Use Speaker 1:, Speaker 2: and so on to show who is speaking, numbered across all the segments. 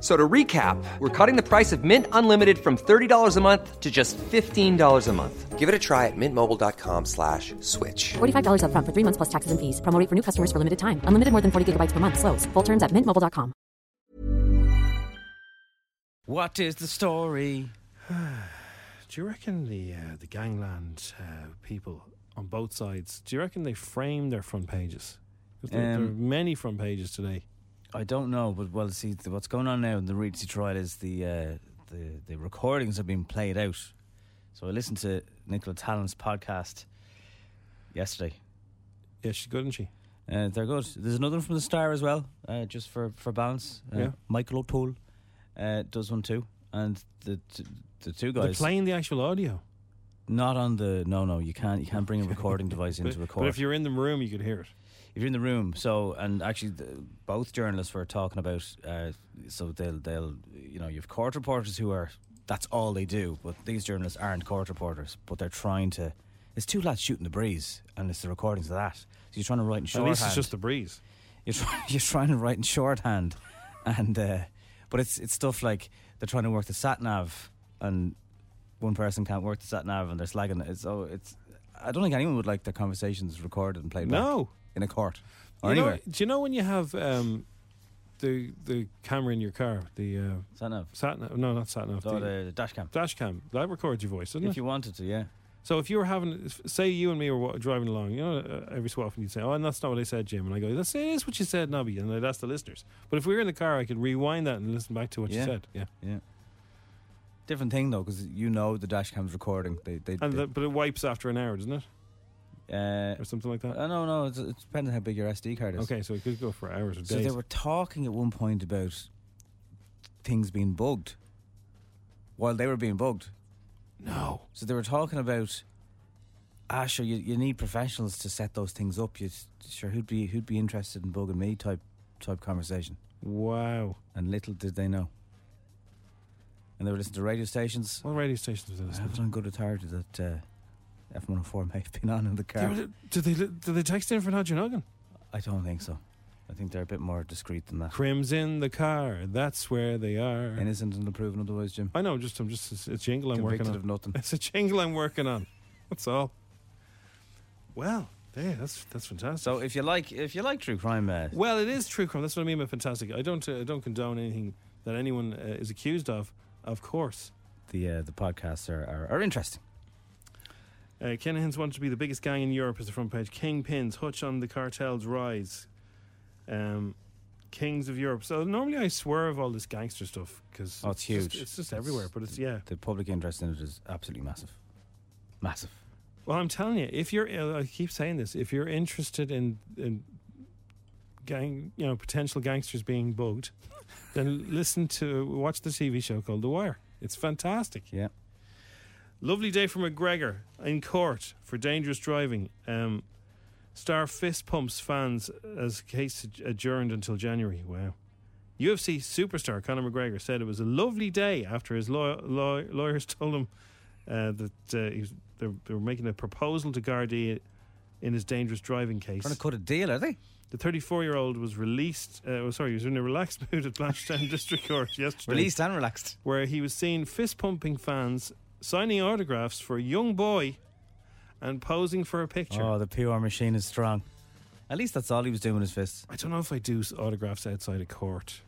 Speaker 1: So to recap, we're cutting the price of Mint Unlimited from $30 a month to just $15 a month. Give it a try at mintmobile.com slash switch.
Speaker 2: $45 up front for three months plus taxes and fees. Promote for new customers for limited time. Unlimited more than 40 gigabytes per month. Slows. Full terms at mintmobile.com.
Speaker 3: What is the story?
Speaker 4: Do you reckon the uh, the gangland uh, people on both sides? Do you reckon they frame their front pages? 'Cause there, there are
Speaker 3: Um,
Speaker 4: many front pages today.
Speaker 3: I don't know, but well, see, th- what's going on now in the Regency trial is the uh, the the recordings have been played out. So I listened to Nicola Talon's podcast yesterday.
Speaker 4: Yeah, she's good, isn't she?
Speaker 3: Uh, they're good. There's another one from the Star as well, uh, just for for balance. Uh,
Speaker 4: Yeah.
Speaker 3: Michael O'Toole uh, does one too, and the t- the two
Speaker 4: They're
Speaker 3: guys
Speaker 4: playing the actual audio.
Speaker 3: not on the no no you can't you can't bring a recording device in
Speaker 4: But,
Speaker 3: to
Speaker 4: but
Speaker 3: record
Speaker 4: if you're in the room, you could hear it.
Speaker 3: if you're in the room, so and actually, the, both journalists were talking about. Uh, so they'll they'll you know you've court reporters who are that's all they do, but these journalists aren't court reporters, but they're trying to. It's two lads shooting the breeze, and it's the recordings of that. So you're trying to write in
Speaker 4: At
Speaker 3: shorthand.
Speaker 4: least it's just the breeze.
Speaker 3: you're, try, you're trying to write in shorthand, and uh, but it's it's stuff like they're trying to work the sat nav, and one person can't work the sat nav, and they're slagging it. So it's I don't think anyone would like their conversations recorded and played back
Speaker 4: No.
Speaker 3: in a court
Speaker 4: You
Speaker 3: or
Speaker 4: know-
Speaker 3: anywhere.
Speaker 4: do you know when you have um, the the camera in your car? The uh,
Speaker 3: Sat nav.
Speaker 4: sat nav? No, not sat nav.
Speaker 3: Oh,
Speaker 4: the
Speaker 3: the, the dash cam.
Speaker 4: dash cam. That records your voice, doesn't
Speaker 3: If
Speaker 4: it?
Speaker 3: you wanted to, yeah.
Speaker 4: So if you were having, if- say you and me were wa- driving along, you know, uh, every so often you'd say, "Oh, and that's not what I said, Jim," and I go, "That's it is what you said, Nobby," and I'd ask the listeners. But if we were in the car, I could rewind that and listen back to what
Speaker 3: Yeah.
Speaker 4: you said. Yeah,
Speaker 3: Yeah. Different thing though, because you know the dash cam's recording. They, they,
Speaker 4: and
Speaker 3: they-
Speaker 4: the, but it wipes after an hour, doesn't it,
Speaker 3: uh,
Speaker 4: or something like that?
Speaker 3: uh, no, no, it's, it depends on how big your SD card is.
Speaker 4: Okay, so it could go for hours or
Speaker 3: So
Speaker 4: days.
Speaker 3: they were talking at one point about things being bugged while they were being bugged.
Speaker 4: no,
Speaker 3: So they were talking about, ah, sure, you, you need professionals to set those things up. You s- sure who'd be who'd be interested in bugging me type type conversation.
Speaker 4: wow.
Speaker 3: And little did they know. And they were listening to radio stations.
Speaker 4: What radio stations was
Speaker 3: I
Speaker 4: this?
Speaker 3: have it on good authority that uh, F104 may have been on in the car.
Speaker 4: Did they did they text in for Nodge Noggin?
Speaker 3: I don't think so. I think they're a bit more discreet than that.
Speaker 4: Crims in the car. That's where they are.
Speaker 3: Innocent until proven otherwise, Jim.
Speaker 4: I know. Just I'm just it's a jingle I'm
Speaker 3: Convicted
Speaker 4: working on.
Speaker 3: of nothing.
Speaker 4: It's a jingle I'm working on. That's all. Well, there. That's that's fantastic.
Speaker 3: So if you like, if you like true crime, uh,
Speaker 4: well, it is true crime. That's what I mean by fantastic. I don't uh, I don't condone anything that anyone uh, is accused of. Of course,
Speaker 3: the uh, the podcasts are, are, are interesting.
Speaker 4: uh, Kenahans wanted to be the biggest gang in Europe. Is the front page kingpins Hutch on the cartel's rise. Um, Kings of Europe. So normally I swerve all this gangster stuff because
Speaker 3: Oh, it's
Speaker 4: just-
Speaker 3: huge.
Speaker 4: it's just everywhere. But it's yeah.
Speaker 3: The public interest in it is absolutely massive, massive.
Speaker 4: Well, I'm telling you, if you're, uh, I keep saying this, if you're interested in, in gang, you know, potential gangsters being bugged, then listen to, watch the TV show called The Wire. It's fantastic.
Speaker 3: Yeah.
Speaker 4: Lovely day for McGregor in court for dangerous driving. Um, star fist pumps fans as case adjourned until January. Wow. UFC superstar Conor McGregor said it was a lovely day after his law- law- lawyers told him uh, that uh, he was, they, were, they were making a proposal to Gardaí in his dangerous driving case.
Speaker 3: Trying to cut a deal, are they?
Speaker 4: The 34-year-old was released. Uh, well, sorry, he was in a relaxed mood at Blanchetown District Court yesterday
Speaker 3: Released and relaxed.
Speaker 4: where he was seen fist pumping fans, signing autographs for a young boy, and posing for a picture.
Speaker 3: Oh, the PR machine is strong. At least that's all he was doing with his fists.
Speaker 4: I don't know if I do s- autographs outside of court.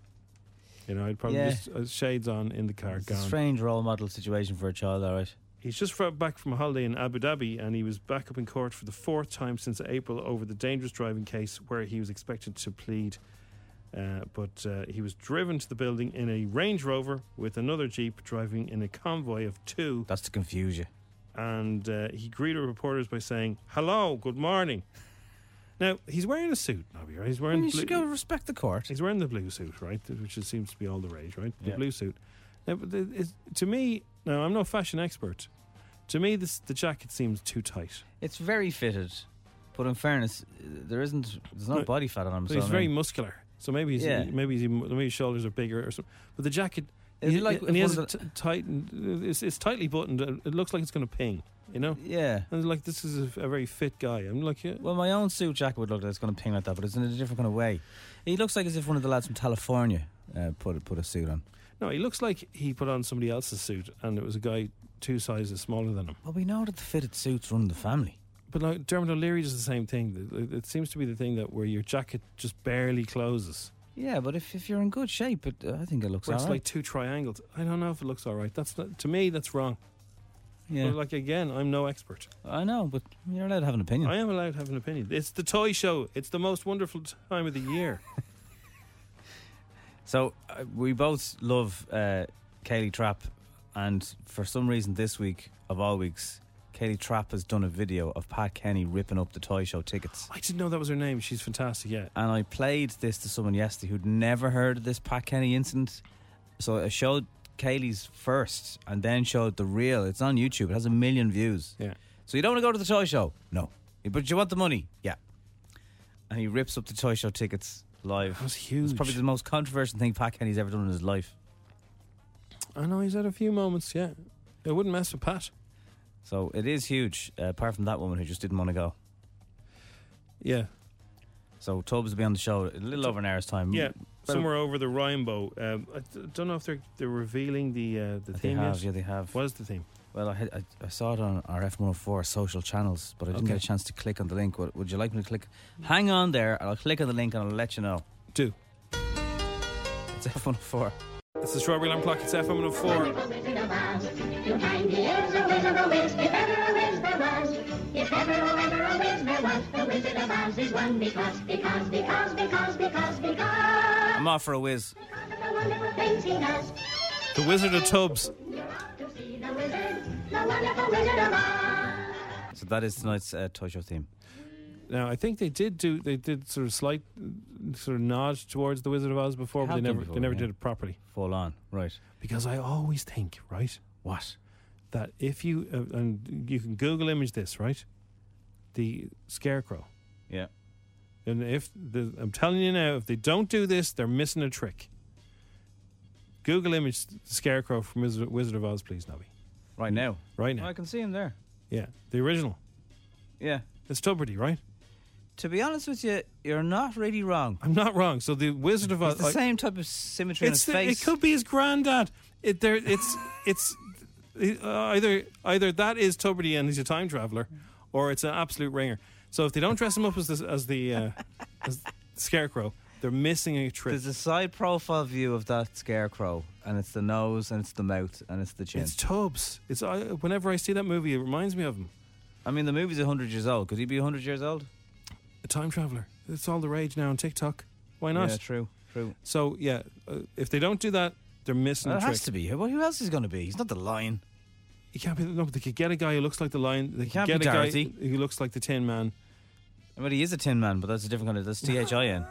Speaker 4: You know, I'd probably
Speaker 3: Yeah.
Speaker 4: just uh, shades on in the car,
Speaker 3: It's a
Speaker 4: gone.
Speaker 3: strange role model situation for a child, all right.
Speaker 4: He's just fro- back from a holiday in Abu Dhabi, and he was back up in court for the fourth time since April over the dangerous driving case, where he was expected to plead. Uh, but uh, he was driven to the building in a Range Rover with another Jeep driving in a convoy of two
Speaker 3: That's to confuse you.
Speaker 4: and uh, he greeted reporters by saying, Hello, good morning. Now he's wearing a suit, Nobby. Right? He's wearing
Speaker 3: You
Speaker 4: blue-
Speaker 3: should go respect the court.
Speaker 4: He's wearing the blue suit, right? Which is- seems to be all the rage, right? The
Speaker 3: Yeah.
Speaker 4: blue suit. Now, but the, it's, to me, now I'm no fashion expert. To me, this the jacket seems too tight.
Speaker 3: It's very fitted, but in fairness, uh, there isn't. There's no
Speaker 4: No,
Speaker 3: body fat on him.
Speaker 4: But
Speaker 3: So
Speaker 4: he's
Speaker 3: I
Speaker 4: very
Speaker 3: mean,
Speaker 4: muscular, so maybe he's,
Speaker 3: Yeah.
Speaker 4: maybe he's even, maybe his shoulders are bigger or something. But the jacket,
Speaker 3: It'd be
Speaker 4: he-
Speaker 3: like
Speaker 4: and he
Speaker 3: if
Speaker 4: has
Speaker 3: one
Speaker 4: it
Speaker 3: of the-
Speaker 4: t- tightened. It's, it's tightly buttoned. It it looks like it's going to ping, you know.
Speaker 3: yeah.
Speaker 4: And like this is a, a very fit guy. I'm like, yeah,
Speaker 3: Well, my own suit jacket would look like it's going to ping like that, but it's in a different kind of way. He looks like as if one of the lads from California uh, put put a suit on.
Speaker 4: no, he looks like he put on somebody else's suit, and it was a guy two sizes smaller than him.
Speaker 3: Well, we know that the fitted suits run the family.
Speaker 4: But like Dermot O'Leary does the same thing. It- It seems to be the thing that where your jacket just barely closes.
Speaker 3: Yeah, but if, if you're in good shape, it, uh, I think it looks
Speaker 4: Where
Speaker 3: all
Speaker 4: it's
Speaker 3: right.
Speaker 4: like two triangles. I don't know if it looks all right. That's not, to me that's wrong.
Speaker 3: yeah,
Speaker 4: But like again, I'm no expert.
Speaker 3: I know, but you're allowed to have an opinion.
Speaker 4: I am allowed to have an opinion. It's the toy show. It's the most wonderful time of the year.
Speaker 3: So uh, we both love uh, Kaylee Trapp, and for some reason this week of all weeks, Kaylee Trapp has done a video of Pat Kenny ripping up the toy show tickets.
Speaker 4: I didn't know that was her name. She's fantastic. Yeah.
Speaker 3: And I played this to someone yesterday who'd never heard of this Pat Kenny incident. So I showed Kaylee's first, and then showed the real. It's on YouTube. It has a million views.
Speaker 4: Yeah.
Speaker 3: So you don't want to go to the toy show? No. But you want the money? Yeah. And he rips up the toy show tickets live.
Speaker 4: That was
Speaker 3: It's
Speaker 4: huge.
Speaker 3: probably the most controversial thing Pat Kenny's ever done in his life.
Speaker 4: I know he's had a few moments. Yeah. I wouldn't mess with Pat.
Speaker 3: So it is huge, uh, apart from that woman who just didn't want to go.
Speaker 4: Yeah.
Speaker 3: So Tubbs will be on the show in a little over an hour's time.
Speaker 4: Yeah.
Speaker 3: Well,
Speaker 4: Somewhere over the rainbow. Um, I d- don't know if they're they're revealing the uh, the
Speaker 3: They
Speaker 4: theme
Speaker 3: have,
Speaker 4: yet.
Speaker 3: yeah, they have.
Speaker 4: What is the theme?
Speaker 3: Well, I, had, I, I saw it on our F104 social channels, but I didn't
Speaker 4: Okay.
Speaker 3: get a chance to click on the link. Would, would you like me to click? Hang on there, and I'll click on the link and I'll let you know.
Speaker 4: Do.
Speaker 3: It's F104.
Speaker 4: It's the Strawberry Alarm Clock. It's FM 104.
Speaker 5: If ever, oh, ever a whiz there was, the Wizard of Oz is one because, because, because, because, because, because
Speaker 3: I'm off for a whiz.
Speaker 5: of the wonderful things he does.
Speaker 4: The Wizard of Tubbs.
Speaker 5: You're off to see the wizard, the wonderful Wizard of Oz.
Speaker 3: So that is tonight's uh, Toy Show theme.
Speaker 4: Now I think they did do they did sort of slight uh, sort of nod towards the Wizard of Oz before, but
Speaker 3: Have
Speaker 4: they
Speaker 3: done
Speaker 4: never
Speaker 3: before,
Speaker 4: they never
Speaker 3: yeah.
Speaker 4: did it properly.
Speaker 3: Full on. Right.
Speaker 4: Because I always think right
Speaker 3: What?
Speaker 4: that if you uh, and you can Google image this right, the scarecrow.
Speaker 3: Yeah.
Speaker 4: And if the, I'm telling you now, if they don't do this, they're missing a trick. Google image the scarecrow from Wizard Wizard of Oz, please, Nobby.
Speaker 3: Right now.
Speaker 4: Right
Speaker 3: Oh,
Speaker 4: now,
Speaker 3: I can see him there.
Speaker 4: yeah, the original.
Speaker 3: Yeah.
Speaker 4: It's Tuberty, right?
Speaker 3: To be honest with you, you're not really wrong.
Speaker 4: I'm not wrong. So the Wizard of Oz.
Speaker 3: It's the
Speaker 4: Uh, I-
Speaker 3: same type of symmetry
Speaker 4: It's
Speaker 3: in
Speaker 4: the-
Speaker 3: his face.
Speaker 4: It could be his granddad. It there. It's it's it- uh, either either that is Tuberty and he's a time traveler, or it's an absolute ringer. So if they don't dress him up as the, as the uh, as the scarecrow, they're missing a trick.
Speaker 3: There's a side profile view of that scarecrow, and it's the nose, and it's the mouth, and it's the chin.
Speaker 4: It's Tubbs. It's I, whenever I see that movie, it reminds me of him.
Speaker 3: I mean, the movie's 100 years old. Could he be 100 years old?
Speaker 4: A time traveler. It's all the rage now on TikTok. Why not?
Speaker 3: Yeah, true, true.
Speaker 4: so yeah, uh, if they don't do that, they're missing
Speaker 3: Well,
Speaker 4: a
Speaker 3: it
Speaker 4: trick.
Speaker 3: has to be. Who who else is going to be? He's not the lion.
Speaker 4: You can't be. No, but they could get a guy who looks like the lion. They could
Speaker 3: can't
Speaker 4: get
Speaker 3: be
Speaker 4: a
Speaker 3: Dorothy.
Speaker 4: guy who looks like the Tin Man.
Speaker 3: I mean, he is a tin man, but that's a different kind of... That's T-H-I-N.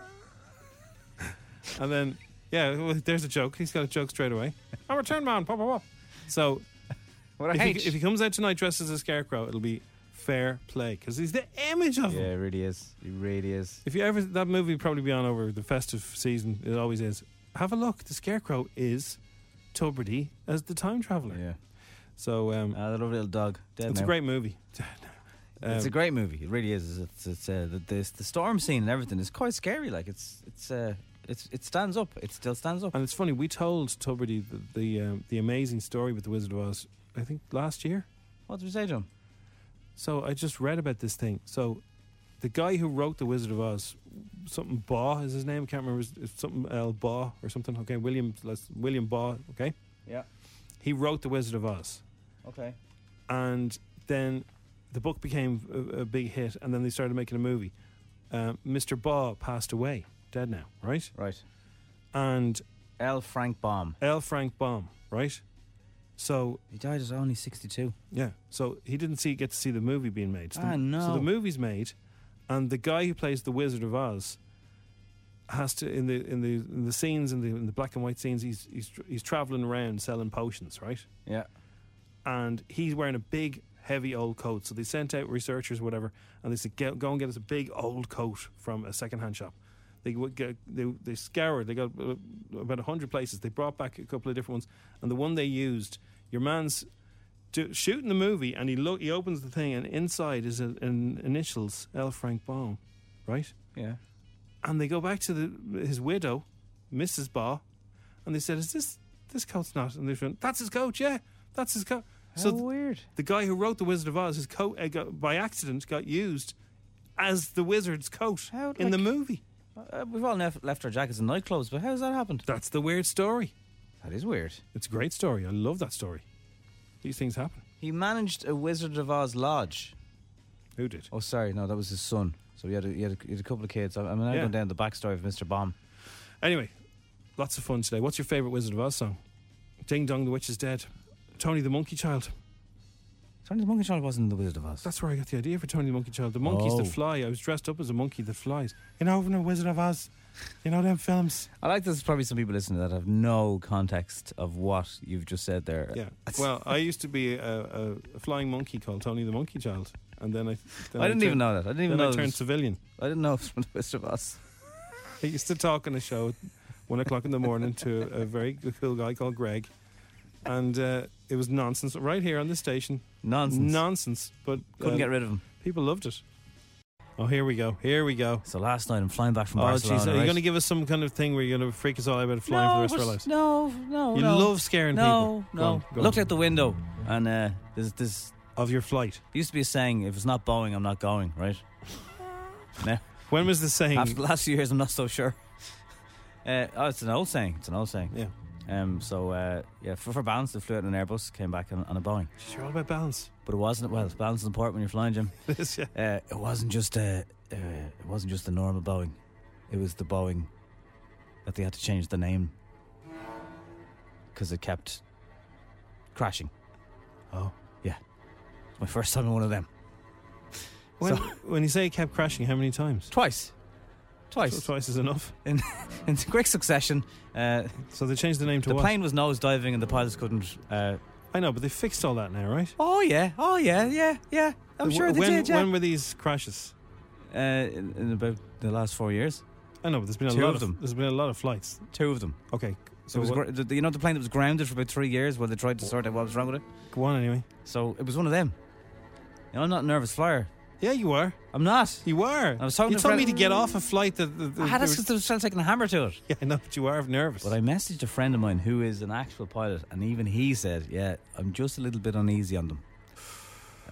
Speaker 4: And then, yeah, well, there's a joke. He's got a joke straight away. I'm a turn man. Pop, pop, pop. So
Speaker 3: what
Speaker 4: if he, if he comes out tonight dressed as a scarecrow, it'll be fair play because he's the image of
Speaker 3: Yeah,
Speaker 4: him.
Speaker 3: it really is. He really is.
Speaker 4: If you ever that movie will probably be on over the festive season. It always is. Have a look. The scarecrow is Tuberty as the time traveler.
Speaker 3: Yeah.
Speaker 4: So um,
Speaker 3: Ah, that lovely little dog. Dead
Speaker 4: it's a
Speaker 3: now.
Speaker 4: great movie.
Speaker 3: it's
Speaker 4: Um,
Speaker 3: a great movie. It really is. It's, it's uh, the, the the storm scene and everything is quite scary. Like it's it's uh, it's it stands up. It still stands up.
Speaker 4: And it's funny, we told Tuberty the the, um, the amazing story with the Wizard of Oz, I think last year.
Speaker 3: What did we say to him?
Speaker 4: So I just read about this thing. So the guy who wrote The Wizard of Oz, something Baugh is his name. I can't remember. his- It's something L. Baugh or something. Okay, William let's- William Baugh. Okay,
Speaker 3: Yeah.
Speaker 4: he wrote The Wizard of Oz,
Speaker 3: Okay.
Speaker 4: and then the book became a, a big hit, and then they started making a movie. Um, Mr. Baugh passed away, dead now, right?
Speaker 3: Right.
Speaker 4: And
Speaker 3: L. Frank Baum.
Speaker 4: L. Frank Baum, right? So
Speaker 3: He died at only 62.
Speaker 4: Yeah. So he didn't see get to see the movie being made. So the,
Speaker 3: Ah, no.
Speaker 4: So the movie's made, and the guy who plays the Wizard of Oz has to in the in the in the scenes in the in the black and white scenes he's he's tr- he's traveling around selling potions, right?
Speaker 3: Yeah.
Speaker 4: and he's wearing a big, heavy old coat. So they sent out researchers, whatever, and they said, "Go go and get us a big old coat from a secondhand shop." They would get, they they scoured. They got uh, about hundred places. They brought back a couple of different ones, and the one they used, your man's do, shooting the movie, and he look he opens the thing, and inside is a, an initials L. Frank Baum, right?
Speaker 3: Yeah.
Speaker 4: and they go back to the, his widow, Mrs. Barr, and they said, "Is this this coat's not?" And they went, "That's his coat, yeah, that's his coat." so th-
Speaker 3: weird.
Speaker 4: the guy who wrote the Wizard of Oz, his coat uh, got, by accident got used as the wizard's coat
Speaker 3: How,
Speaker 4: in the
Speaker 3: like-
Speaker 4: movie.
Speaker 3: Uh, we've all left, left our jackets in nightclubs, but how's that happened?
Speaker 4: That's the weird story.
Speaker 3: That is weird.
Speaker 4: It's a great story. I love that story. These things happen.
Speaker 3: He managed a Wizard of Oz lodge.
Speaker 4: Who did?
Speaker 3: Oh, sorry, no, that was his son. So he had a, he had a, he had a couple of kids. I- I'm now
Speaker 4: Yeah.
Speaker 3: going down the backstory of Mr. Bomb.
Speaker 4: Anyway, lots of fun today. What's your favorite Wizard of Oz song? Ding Dong, the Witch is Dead. Tony the Monkey Child.
Speaker 3: Tony the Monkey Child wasn't in the Wizard of Oz.
Speaker 4: That's where I got the idea for Tony the Monkey Child. The monkeys
Speaker 3: Oh.
Speaker 4: that fly. I was dressed up as a monkey that flies. You know, from the Wizard of Oz. You know them films.
Speaker 3: I like there's probably some people listening that have no context of what you've just said there.
Speaker 4: Yeah. Well, I used to be a, a, a flying monkey called Tony the Monkey Child, and then I. Then
Speaker 3: I didn't
Speaker 4: turned-
Speaker 3: even know that. I didn't even
Speaker 4: Then
Speaker 3: know.
Speaker 4: I
Speaker 3: it
Speaker 4: turned
Speaker 3: was-
Speaker 4: civilian.
Speaker 3: I didn't know it was from the Wizard of Oz.
Speaker 4: I used to talk on a show, at one o'clock in the morning, to a very cool guy called Greg, and uh, it was nonsense right here on the station.
Speaker 3: Nonsense.
Speaker 4: Nonsense, but
Speaker 3: Couldn't
Speaker 4: uh,
Speaker 3: get rid of him.
Speaker 4: People loved it. Oh, here we go. Here we go.
Speaker 3: So last night I'm flying back from
Speaker 4: Oh,
Speaker 3: Barcelona.
Speaker 4: jeez. Are you
Speaker 3: right?
Speaker 4: going to give us some kind of thing where you're going to freak us all out about flying for the rest of our
Speaker 3: but-
Speaker 4: lives?
Speaker 3: No, no.
Speaker 4: You
Speaker 3: no.
Speaker 4: love scaring
Speaker 3: no,
Speaker 4: people. Go
Speaker 3: No,
Speaker 4: on, go
Speaker 3: I Looked
Speaker 4: on.
Speaker 3: out the window, and uh, there's this.
Speaker 4: Of your flight.
Speaker 3: Used to be a saying: if it's not Boeing, I'm not going. Right? now,
Speaker 4: When was the saying?
Speaker 3: after the last few years, I'm not so sure. Uh, oh, it's an old saying. It's an old saying.
Speaker 4: Yeah.
Speaker 3: Um. So uh, yeah, for, for balance, they flew out in an Airbus, came back on, on a Boeing,
Speaker 4: Jeez, you're all about balance.
Speaker 3: but it wasn't. Well, balance is important when you're flying, Jim.
Speaker 4: This, yeah.
Speaker 3: Uh, it wasn't just a. Uh, it wasn't just the normal Boeing. It was the Boeing that they had to change the name because it kept crashing.
Speaker 4: Oh.
Speaker 3: Yeah, it's my first time in one of them.
Speaker 4: When,
Speaker 3: So-
Speaker 4: when you say it kept crashing, how many times?
Speaker 3: Twice, twice,
Speaker 4: So twice is enough.
Speaker 3: in in quick succession. Uh,
Speaker 4: So they changed the name to
Speaker 3: the
Speaker 4: what?
Speaker 3: plane was nose diving, and the pilots couldn't. Uh,
Speaker 4: I know, but they fixed all that now, right?
Speaker 3: oh yeah, oh yeah, yeah, yeah. I'm
Speaker 4: The-
Speaker 3: sure they
Speaker 4: when,
Speaker 3: did. Yeah.
Speaker 4: When were these crashes?
Speaker 3: uh, in, in about the last four years,
Speaker 4: I know, but there's been a
Speaker 3: Two
Speaker 4: lot
Speaker 3: of them.
Speaker 4: There's been a lot of flights.
Speaker 3: two of them.
Speaker 4: Okay,
Speaker 3: it
Speaker 4: so
Speaker 3: was
Speaker 4: what-
Speaker 3: gr- the- you know the plane that was grounded for about three years while they tried to sort out what was wrong with it.
Speaker 4: go on anyway.
Speaker 3: So it was one of them. You know, I'm not a nervous flyer.
Speaker 4: Yeah, you were.
Speaker 3: I'm not.
Speaker 4: You were.
Speaker 3: I was talking
Speaker 4: you
Speaker 3: to
Speaker 4: told
Speaker 3: Fred-
Speaker 4: me to get off a flight that. that, that
Speaker 3: I had
Speaker 4: there
Speaker 3: us
Speaker 4: was-
Speaker 3: because I was taking a hammer to it.
Speaker 4: yeah, I know, but you are nervous.
Speaker 3: But I messaged a friend of mine who is an actual pilot, and even he said, "Yeah, I'm just a little bit uneasy on them."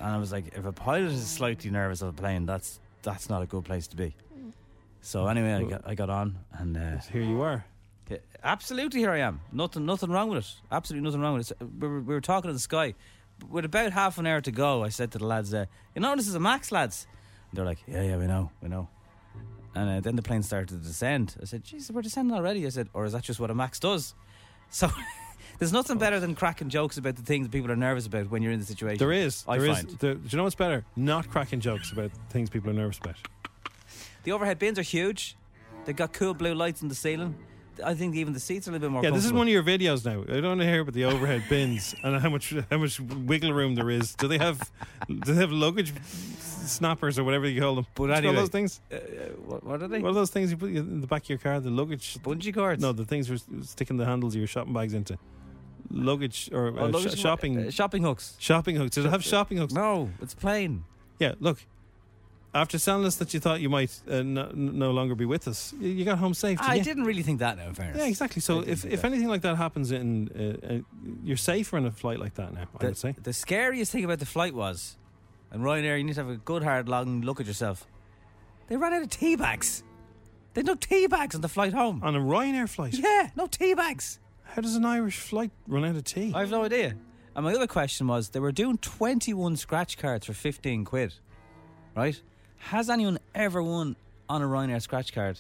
Speaker 3: And I was like, "If a pilot is slightly nervous of a plane, that's that's not a good place to be." So anyway, I got, I got on, and uh,
Speaker 4: Here you are.
Speaker 3: Yeah, Absolutely, here I am. Nothing, nothing wrong with it. Absolutely nothing wrong with it. So, We were, we were talking to the sky. With about half an hour to go, I said to the lads, uh, "You know, this is a max, lads." And they're like, "Yeah, yeah, we know, we know." And uh, then the plane started to descend. I said, "Jeez, we're descending already." I said, "Or is that just what a max does?" So. There's nothing better than cracking jokes about the things people are nervous about when you're in the situation.
Speaker 4: There is.
Speaker 3: I
Speaker 4: there is-
Speaker 3: find
Speaker 4: there- do you know what's better? Not cracking jokes about things people are nervous about.
Speaker 3: the overhead bins are huge. They've got cool blue lights in the ceiling. I think even the seats are a little bit more.
Speaker 4: Yeah, this is
Speaker 3: comfortable.
Speaker 4: one of your videos now. I don't want to hear about the overhead bins and how much how much wiggle room there is. Do they have do they have luggage snappers or whatever you call them?
Speaker 3: But
Speaker 4: Do you know
Speaker 3: anyway.
Speaker 4: those things.
Speaker 3: Uh, uh, what, what are they?
Speaker 4: What are those things you put in the back of your car? The luggage.
Speaker 3: Bungee cords.
Speaker 4: No, the things you're sticking the handles of your shopping bags into. Luggage or uh,
Speaker 3: Oh,
Speaker 4: sh-
Speaker 3: luggage-
Speaker 4: shopping
Speaker 3: uh, shopping hooks.
Speaker 4: shopping hooks. Does it have shopping hooks?
Speaker 3: No, it's plain.
Speaker 4: Yeah. Look, after telling us that you thought you might uh, no, no longer be with us, you, you got home safe.
Speaker 3: I
Speaker 4: didn't you?
Speaker 3: didn't really think that. Now, in fairness,
Speaker 4: Yeah, exactly.
Speaker 3: I
Speaker 4: So
Speaker 3: didn't
Speaker 4: if,
Speaker 3: do
Speaker 4: if
Speaker 3: that.
Speaker 4: anything like that happens in, uh, uh, you're safer in a flight like that now. I would say.
Speaker 3: The, the scariest thing about the flight was, and Ryanair, you need to have a good hard long look at yourself. They ran out of tea bags. They had no tea bags on the flight home.
Speaker 4: On a Ryanair flight,
Speaker 3: yeah, no tea bags.
Speaker 4: how does an Irish flight run out of tea?
Speaker 3: I have no idea. And my other question was, they were doing twenty-one scratch cards for fifteen quid, right? Has anyone ever won on a Ryanair scratch card?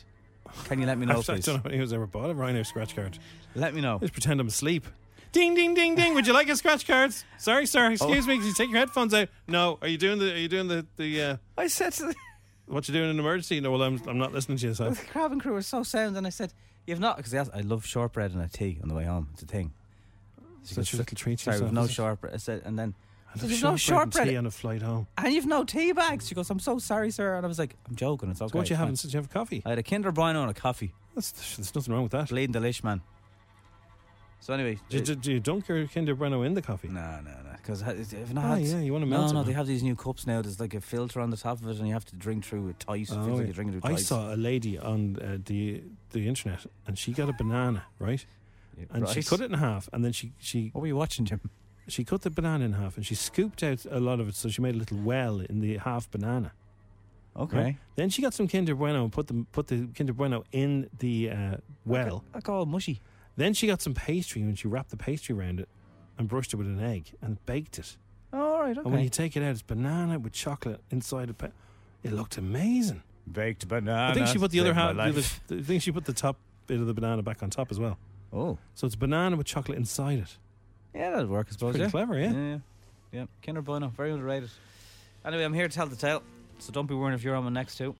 Speaker 3: Can you let me
Speaker 4: I
Speaker 3: know,
Speaker 4: don't
Speaker 3: please?
Speaker 4: know anyone's ever bought a Ryanair scratch card.
Speaker 3: Let me know.
Speaker 4: Just pretend I'm asleep. Ding, ding, ding, ding. Would you like a scratch card?
Speaker 3: Oh.
Speaker 4: Sorry, sir. Excuse me. Can you take your headphones out? No. Are you doing the? Are you doing the? The? Uh,
Speaker 3: I said to the,
Speaker 4: what you doing in an emergency? No, well, I'm, I'm not listening to you. So.
Speaker 3: the crab and crew were so sound, and I said, "You've not," because asked, I love shortbread and a tea on the way home. It's a thing. She
Speaker 4: Such a little treat to
Speaker 3: Sorry,
Speaker 4: yourself,
Speaker 3: we've no
Speaker 4: isn't it?"
Speaker 3: shortbread. I said, and then I said,
Speaker 4: There's
Speaker 3: "You've no shortbread
Speaker 4: tea
Speaker 3: and,
Speaker 4: on a flight home.
Speaker 3: you've no tea bags." She goes, "I'm so sorry, sir," and I was like, "I'm joking. It's okay." Uh,
Speaker 4: what
Speaker 3: it's
Speaker 4: you
Speaker 3: fine."
Speaker 4: having since you have coffee?
Speaker 3: I had a Kinder Bueno and a coffee.
Speaker 4: That's, there's nothing wrong with that.
Speaker 3: Bleeding delish, man. So anyway,
Speaker 4: Do you,
Speaker 3: it-
Speaker 4: do you dunk your Kinder Bueno in the coffee?
Speaker 3: No, no, no. Because if not,
Speaker 4: Ah, yeah, you wanna
Speaker 3: No,
Speaker 4: melt it,
Speaker 3: no.
Speaker 4: huh?
Speaker 3: They have these new cups now. There's like a filter on the top of it, and you have to drink through it twice. it feels like you're drinking through
Speaker 4: Oh, I
Speaker 3: twice.
Speaker 4: saw a lady on uh, the the internet, and she got a banana, right?
Speaker 3: Yeah,
Speaker 4: And she
Speaker 3: right.
Speaker 4: cut it in half, and then she she
Speaker 3: What were you watching, Jim?
Speaker 4: she cut the banana in half, and she scooped out a lot of it, so she made a little well in the half banana.
Speaker 3: Okay.
Speaker 4: right? Then she got some Kinder Bueno and put the put the Kinder Bueno in the uh, well.
Speaker 3: I call it mushy.
Speaker 4: Then she got some pastry, and she wrapped the pastry around it, and brushed it with an egg, and baked it.
Speaker 3: All right.
Speaker 4: And when you take it out, it's banana with chocolate inside a. Pa- it looked amazing.
Speaker 3: baked banana.
Speaker 4: I think she put the other half. The other, I think she put the top bit of the banana back on top as well.
Speaker 3: Oh,
Speaker 4: So it's banana with chocolate inside it.
Speaker 3: yeah, that'd work. I suppose.
Speaker 4: pretty
Speaker 3: yeah.
Speaker 4: clever, yeah.
Speaker 3: yeah, yeah. Kinder Bueno, very underrated. Anyway, I'm here to tell the tale, so don't be worrying if you're on my next two.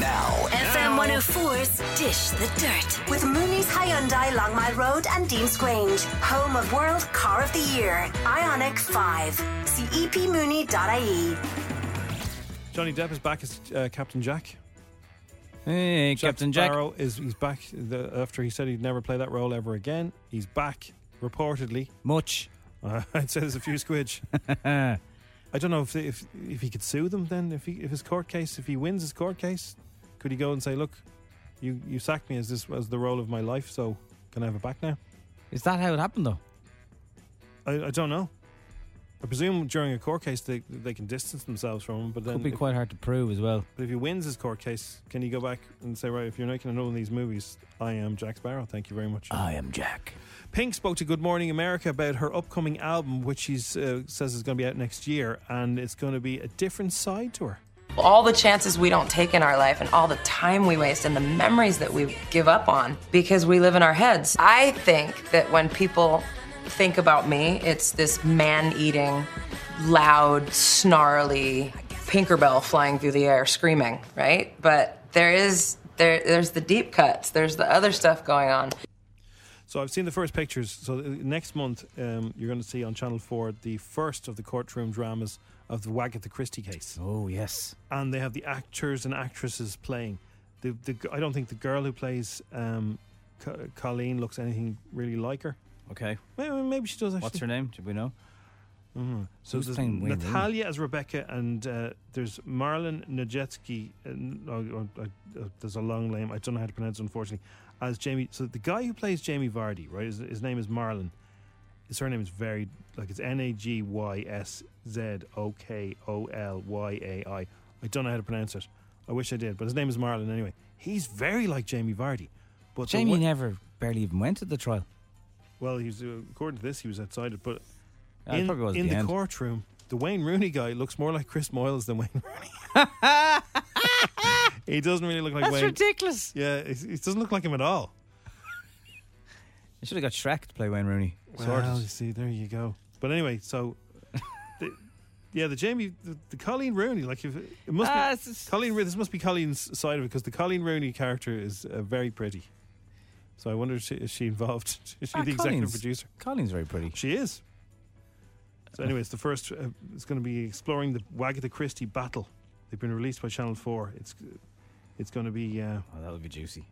Speaker 6: FM 104's Dish the Dirt with Mooney's Hyundai Long Mile Road and Dean's Grange, home of World Car of the Year, Ionic 5. See E epmooney.ie.
Speaker 4: Johnny Depp is back as uh, Captain Jack.
Speaker 3: Hey, Captain Jack.
Speaker 4: Sparrow is he's back the, after he said he'd never play that role ever again. He's back reportedly.
Speaker 3: Much.
Speaker 4: Uh, I'd say there's a few squidge. I don't know if, they, if if he could sue them then if he if his court case if he wins his court case could he go and say look you you sacked me as this as the role of my life so can I have it back now
Speaker 3: Is that how it happened though?
Speaker 4: I, I don't know I presume during a court case they they can distance themselves from him but then
Speaker 3: Could be
Speaker 4: if-
Speaker 3: quite hard to prove as well.
Speaker 4: But if he wins his court case, can he go back and say, right, if you're making another one of these movies, I am Jack Sparrow. Thank you very much.
Speaker 3: I am Jack.
Speaker 4: Pink spoke to Good Morning America about her upcoming album, which she uh, says is going to be out next year, and it's going to be a different side to her.
Speaker 7: all the chances we don't take in our life and all the time we waste and the memories that we give up on because we live in our heads. I think that when people think about me, it's this man eating, loud, snarly Pinkerbell flying through the air screaming, right? But there is there there's the deep cuts, there's the other stuff going on.
Speaker 4: So I've seen the first pictures. So uh, next month, um, you're going to see on Channel 4 the first of the courtroom dramas of the Wagatha Christie case.
Speaker 3: Oh yes.
Speaker 4: and they have the actors and actresses playing. The, the I don't think the girl who plays um, Co- Colleen looks anything really like her.
Speaker 3: Okay.
Speaker 4: Maybe, maybe she does. Actually.
Speaker 3: What's her name? Did we know?
Speaker 4: So
Speaker 3: Who's
Speaker 4: there's
Speaker 3: playing Wayne Rooney?
Speaker 4: Natalia as Rebecca, and uh, there's Marlon Najetsky. Uh, n- oh, oh, oh, there's a long name. I don't know how to pronounce it, unfortunately. As Jamie, so the guy who plays Jamie Vardy, right? His, his name is Marlon. His surname is very like it's N A G Y S Z O K O L Y A I. I don't know how to pronounce it. I wish I did, but his name is Marlon anyway. He's very like Jamie Vardy, but the
Speaker 3: Jamie
Speaker 4: wa-
Speaker 3: never barely even went to the trial.
Speaker 4: well, he was uh, according to this, he was outside it, but
Speaker 3: Yeah, it
Speaker 4: in,
Speaker 3: probably was
Speaker 4: in
Speaker 3: the
Speaker 4: the,
Speaker 3: end.
Speaker 4: courtroom, the Wayne Rooney guy looks more like Chris Moyles than Wayne Rooney. he doesn't really look like Wayne.
Speaker 3: ridiculous.
Speaker 4: Yeah, he, he doesn't look like him at all.
Speaker 3: I should have got Shrek to play Wayne Rooney.
Speaker 4: Well, you
Speaker 3: Sorted.
Speaker 4: see, there you go. But anyway, so the, yeah, the Jamie, the, the Colleen Rooney, like if, it must
Speaker 3: Ah,
Speaker 4: be
Speaker 3: it's just-
Speaker 4: Colleen. Roo- This must be Colleen's side of it because the Colleen Rooney character is uh, very pretty. So I wonder if she, is she involved? Is she
Speaker 3: Ah,
Speaker 4: the executive
Speaker 3: Colleen's-
Speaker 4: producer?
Speaker 3: Colleen's very pretty.
Speaker 4: She is. So, anyway, it's the first. Uh, it's going to be exploring the Wagatha Christie battle. They've been released by Channel Four. It's it's going to be uh,
Speaker 3: Oh, that would be juicy.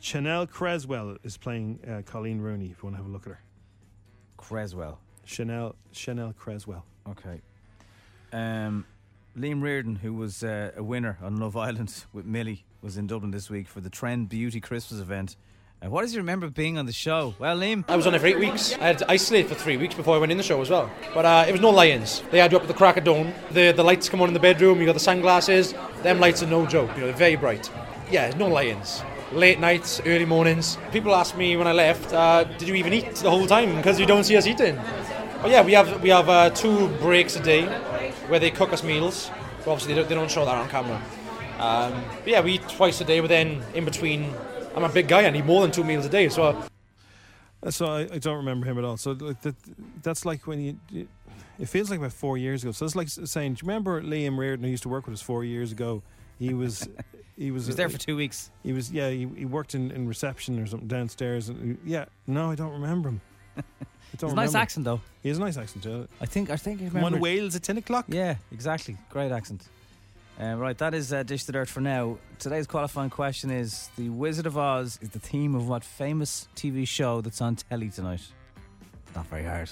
Speaker 4: Chanel Creswell is playing uh, Colleen Rooney. If you want to have a look at her,
Speaker 3: Creswell.
Speaker 4: Chanel Chanel Creswell.
Speaker 3: Okay. Um, Liam Reardon, who was uh, a winner on Love Island with Millie, was in Dublin this week for the Trend Beauty Christmas event. Uh, what does he remember being on the show? Well, Liam,
Speaker 8: I was on it for eight weeks. I had to isolate for three weeks before I went in the show as well. But uh, it was no lions. They had you up at the crack of dawn. The, the lights come on in the bedroom, you got the sunglasses. Them lights are no joke, you know, they're very bright. Yeah, there's no lions. Late nights, early mornings. People asked me when I left, uh, did you even eat the whole time? Because you don't see us eating. But yeah, we have we have uh, two breaks a day where they cook us meals. But obviously, they don't, they don't show that on camera. Um, but yeah, we eat twice a day, but then in between, I'm a big guy, I need more than two meals a day. So
Speaker 4: Uh, So I, I don't remember him at all. So like that, that's like when you, you- it feels like about four years ago. So it's like s- saying, do you remember Liam Reardon who used to work with us four years ago?
Speaker 9: He was. He was,
Speaker 3: He was there for two weeks.
Speaker 9: He was yeah. He, he worked in, in reception or something downstairs. And he- yeah, no, I don't remember him. I don't
Speaker 3: It's a nice
Speaker 9: remember.
Speaker 3: accent though.
Speaker 9: He has a nice accent. Too.
Speaker 3: I think I think I
Speaker 9: Come on,
Speaker 3: remember.
Speaker 9: Wales at ten o'clock.
Speaker 3: Yeah, exactly. Great accent. Um, right, that is uh, Dish the Dirt for now. Today's qualifying question is The Wizard of Oz is the theme of what famous TV show that's on telly tonight? Not very hard.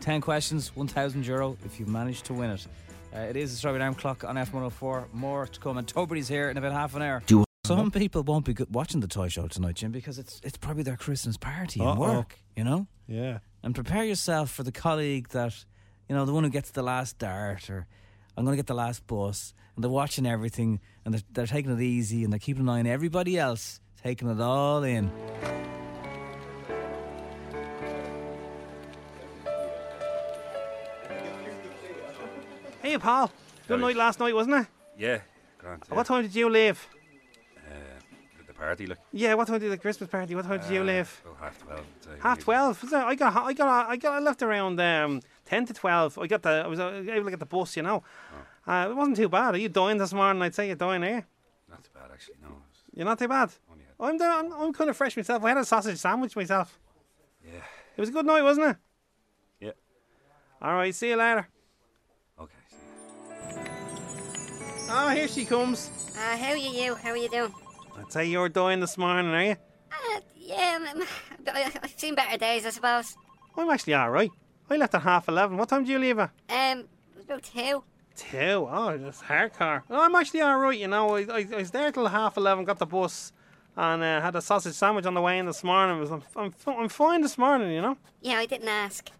Speaker 3: 10 questions, 1,000 euro if you manage to win it. Uh, it is the Strawberry Alarm Clock on F104. More to come, and Toby's here in about half an hour.
Speaker 10: Do-
Speaker 3: Some people won't be good watching the toy show tonight, Jim, because it's it's probably their Christmas party at
Speaker 9: Uh-oh.
Speaker 3: work, you know?
Speaker 9: Yeah.
Speaker 3: and prepare yourself for the colleague that you know the one who gets the last dart or i'm going to get the last bus and they're watching everything and they're, they're taking it easy and they're keeping an eye on everybody else taking it all in
Speaker 4: Hey, Paul. Good night last night, wasn't it?
Speaker 11: Yeah, grand. yeah. Uh,
Speaker 4: What time did you leave?
Speaker 11: The party, look. Uh,
Speaker 4: Yeah, what time did the Christmas party? What time did you leave?
Speaker 11: Well, half twelve. I'd say.
Speaker 4: Half twelve. Was it? I got, I got, I got, I left around um, ten to twelve. I got the, I was uh, able to get the bus, you know.
Speaker 11: Oh.
Speaker 4: Uh, it wasn't too bad. Are you dying this morning? I'd say you're dying here.
Speaker 11: Not too bad, actually. No. It's-
Speaker 4: You're not too bad. I'm, down, I'm, I'm kind of fresh myself. I had a sausage sandwich myself.
Speaker 11: Yeah.
Speaker 4: It was a good night, wasn't it?
Speaker 11: Yeah.
Speaker 4: All right. See you later.
Speaker 11: Okay. See
Speaker 4: Oh, here she comes.
Speaker 12: Uh, how are you? How are you doing?
Speaker 4: I'd say you're dying this morning, are you?
Speaker 12: Uh, yeah, I'm- I'm- I- I've seen better days, I suppose.
Speaker 4: I'm actually all right. I left at half eleven. What time did you leave at?
Speaker 12: Um, it was about two.
Speaker 4: Two? Oh, that's hardcore. Well, I'm actually all right, you know. I, I, I was there till half 11, got the bus, and uh, had a sausage sandwich on the way in this morning. It was, I'm, I'm, fi- I'm fine this morning, you know.
Speaker 12: Yeah, I didn't ask.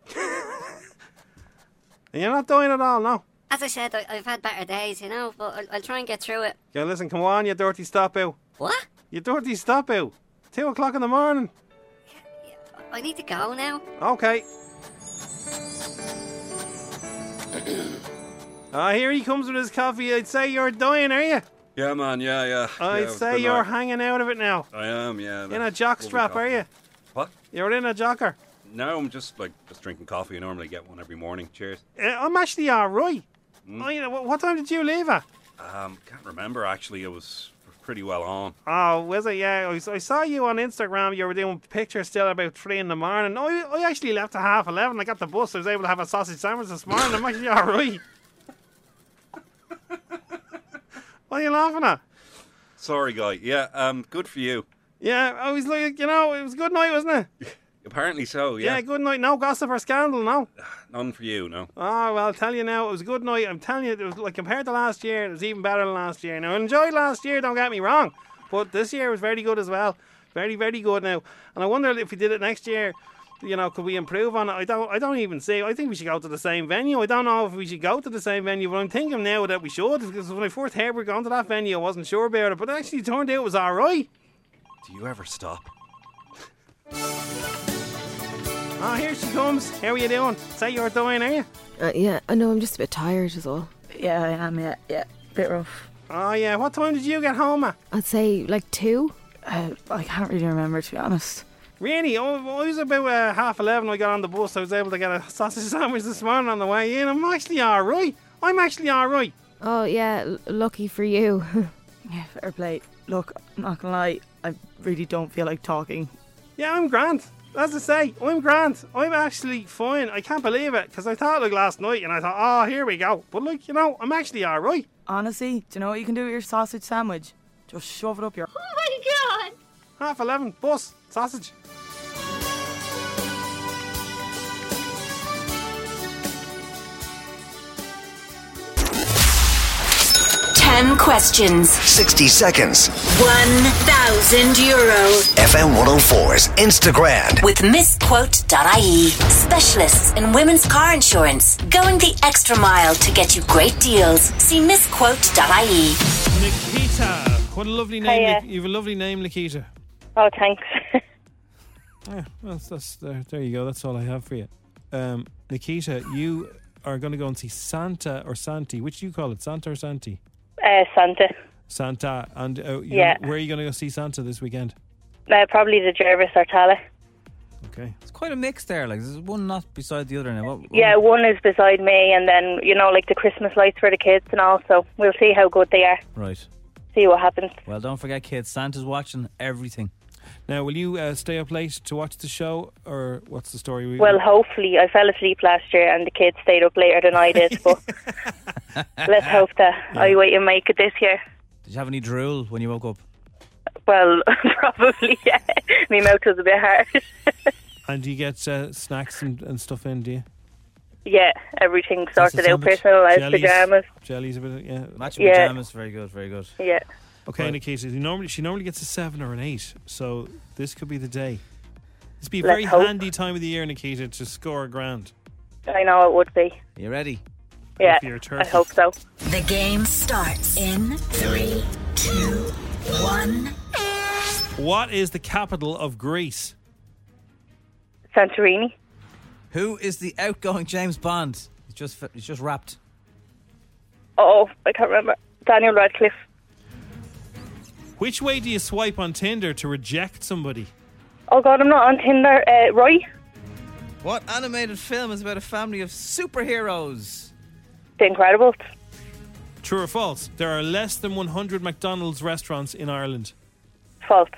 Speaker 4: And you're not doing it all, no.
Speaker 12: As I said, I, I've had better days, you know, but I'll, I'll try and get through it.
Speaker 4: Yeah, listen, come on, you dirty stop out.
Speaker 12: What?
Speaker 4: You dirty stop out. Two o'clock in the morning.
Speaker 12: I need to go now.
Speaker 4: Okay. Ah, here he comes with his coffee. I'd say you're dying, are you?
Speaker 11: Yeah, man. Yeah, yeah.
Speaker 4: I'd
Speaker 11: yeah,
Speaker 4: say
Speaker 11: good
Speaker 4: you're
Speaker 11: night.
Speaker 4: hanging out of it now.
Speaker 11: I am. Yeah.
Speaker 4: in a
Speaker 11: jock
Speaker 4: jockstrap, are you?
Speaker 11: What?
Speaker 4: You're in a jocker.
Speaker 11: No, I'm just like just drinking coffee. I normally get one every morning. Cheers. Mm.
Speaker 4: Uh, I'm actually all right. Oh, you know, wh- what time did you leave at?
Speaker 11: Um, can't remember actually. It was pretty well on.
Speaker 4: Oh, was it? Yeah, I, s- I saw you on Instagram. You were doing pictures still about three in the morning. I, I actually left at half eleven. I got the bus. I was able to have a sausage sandwich this morning. I'm actually all right. what are you laughing at?
Speaker 11: Sorry, guy. Yeah. Um, good for you.
Speaker 4: Yeah, I was like, you know, it was a good night, wasn't it?
Speaker 11: Apparently so.
Speaker 4: Yeah,
Speaker 11: Yeah.
Speaker 4: good night. No gossip or scandal, no.
Speaker 11: None for you. No.
Speaker 4: Oh, well, I'll tell you now, it was a good night. I'm telling you, it was like compared to last year, it was even better than last year. Now, I enjoyed last year, don't get me wrong, but this year was very good as well. Very, very good now. And I wonder if we did it next year, you know, could we improve on it? I don't, I don't even see. I think we should go to the same venue. I don't know if we should go to the same venue, but I'm thinking now that we should because when I first heard we were going to that venue, I wasn't sure about it, but it actually turned out it was all right.
Speaker 11: Do you ever stop?
Speaker 4: Oh, here she comes. How are you doing? Say you're doing, are you?
Speaker 13: Uh, yeah, I know, I'm just a bit tired is all.
Speaker 14: Yeah, I am. Yeah, yeah. Bit rough.
Speaker 4: Oh yeah. What time did you get home? At?
Speaker 13: I'd say like two.
Speaker 14: Uh, I can't really remember to be honest.
Speaker 4: Really? Oh, well, it was about uh, half eleven. I got on the bus. I was able to get a sausage sandwich this morning on the way in. I'm actually all right. I'm actually all right.
Speaker 13: Oh, yeah, l- lucky for you.
Speaker 14: Yeah, fair play. Look, I'm not gonna lie, I really don't feel like talking.
Speaker 4: Yeah, I'm grand. As I say, I'm grand. I'm actually fine. I can't believe it because I thought like last night and I thought, oh, here we go. But like you know, I'm actually all right.
Speaker 14: Honestly, do you know what you can do with your sausage sandwich? Just shove it up your.
Speaker 4: Oh my god! Half eleven. Bus sausage.
Speaker 6: Ten questions.
Speaker 15: 60 seconds.
Speaker 6: 1,000 euro.
Speaker 15: FM 104's Instagram.
Speaker 6: With misquote.ie, E. specialists in women's car insurance, going the extra mile to get you great deals. See misquote.ie.
Speaker 9: Nikita. What a lovely name.
Speaker 16: Hiya.
Speaker 9: Nik- you have a lovely name, Nikita.
Speaker 16: Oh, thanks.
Speaker 9: Yeah, well, that's, that's there, there you go. That's all I have for you. Um, Nikita, you are going to go and see Santa or Santi. Which do you call it? Santa or Santi?
Speaker 16: Uh, Santa.
Speaker 9: Santa. And uh, you
Speaker 16: Yeah.
Speaker 9: where are you going to go see Santa this weekend?
Speaker 16: Uh, probably the Jervis or Tala.
Speaker 9: Okay.
Speaker 3: It's quite a mix there. Like there's one not beside the other now. What,
Speaker 4: Mm.
Speaker 16: Yeah, one is beside me, and then, you know, like the Christmas lights for the kids and all, so we'll see how good they are.
Speaker 3: Right.
Speaker 16: see what happens.
Speaker 3: Well, don't forget, kids, Santa's watching everything.
Speaker 4: Now, will you uh, stay up late to watch the show, or what's the story? We-
Speaker 16: Well, hopefully, I fell asleep last year and the kids stayed up later than I did, but let's hope that I wait and make it this year.
Speaker 3: Did you have any drool when you woke up?
Speaker 16: Well, probably, yeah. My mouth was a bit hard.
Speaker 4: and do you get uh, snacks and, and stuff in? Do you?
Speaker 16: Yeah, everything
Speaker 4: Sausage
Speaker 16: sorted out,
Speaker 4: sandwich,
Speaker 16: personalised
Speaker 4: jellies,
Speaker 16: pyjamas.
Speaker 4: Jellies, a bit. Of, yeah,
Speaker 3: Match
Speaker 16: Yeah.
Speaker 3: pajamas, very good, very good.
Speaker 16: Yeah.
Speaker 4: Okay, Nikita. you Normally, she normally gets a seven or an eight, so this could be the day. This would be a
Speaker 16: Let's
Speaker 4: very
Speaker 16: hope.
Speaker 4: handy time of the year, Nikita, to score a grand.
Speaker 16: I know it would be.
Speaker 3: You ready?
Speaker 16: Yeah,
Speaker 4: You're a
Speaker 16: I
Speaker 4: turkey.
Speaker 16: hope so.
Speaker 17: The game starts in three, two, one.
Speaker 4: What is the capital of Greece?
Speaker 16: Santorini.
Speaker 3: Who is the outgoing James Bond? He's just he's just wrapped.
Speaker 16: Oh, I can't remember. Daniel Radcliffe.
Speaker 4: Which way do you swipe on Tinder to reject somebody?
Speaker 16: Oh God, I'm not on Tinder. Uh, Roy,
Speaker 3: What animated film is about a family of superheroes?
Speaker 16: The Incredibles.
Speaker 4: True or false? There are less than 100 McDonald's restaurants in Ireland.
Speaker 16: False.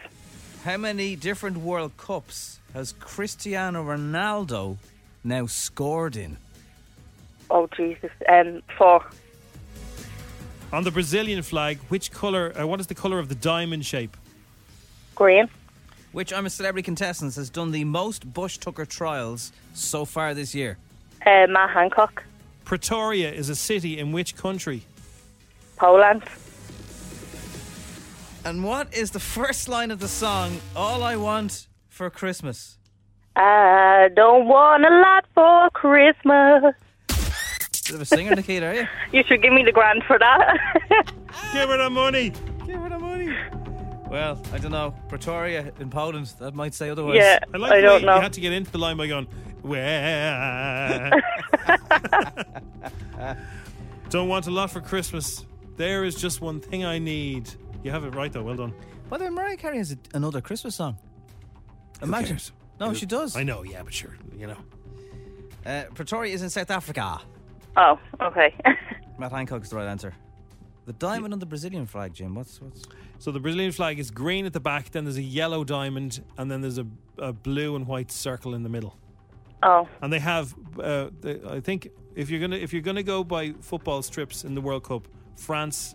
Speaker 3: How many different World Cups has Cristiano Ronaldo now scored in?
Speaker 16: Oh Jesus. Um, four.
Speaker 4: On the Brazilian flag, which color? Uh, what is the color of the diamond shape?
Speaker 16: Green.
Speaker 3: Which I'm a Celebrity Contestants has done the most Bush Tucker trials so far this year?
Speaker 16: Uh, Matt Hancock.
Speaker 4: Pretoria is a city in which country?
Speaker 16: Poland.
Speaker 3: And what is the first line of the song All I Want for Christmas?
Speaker 16: I Uh, don't want a lot for Christmas.
Speaker 3: Bit of a singer, Nikita, are you?
Speaker 16: You should give me the grand for that.
Speaker 4: Give her the money.
Speaker 3: Give her the money. Well, I don't know. Pretoria in Poland, that might say otherwise.
Speaker 4: like the way You had to get into the line by going, well. Don't want a lot for Christmas. There is just one thing I need. You have it right, though. Well done.
Speaker 3: By the way, Mariah Carey has a, another Christmas song. Imagine.
Speaker 4: cares?
Speaker 3: No,
Speaker 4: Who-
Speaker 3: she does.
Speaker 4: I know, yeah, but sure, you know.
Speaker 3: Uh, Pretoria is in South Africa.
Speaker 16: oh, okay.
Speaker 3: Matt Hancock's the right answer. The diamond on the Brazilian flag, Jim. What's what's?
Speaker 4: So the Brazilian flag is green at the back, then there's a yellow diamond, and then there's a, a blue and white circle in the middle.
Speaker 16: Oh.
Speaker 4: And they have, uh, the, I think, if you're gonna if you're gonna go by football strips in the World Cup, France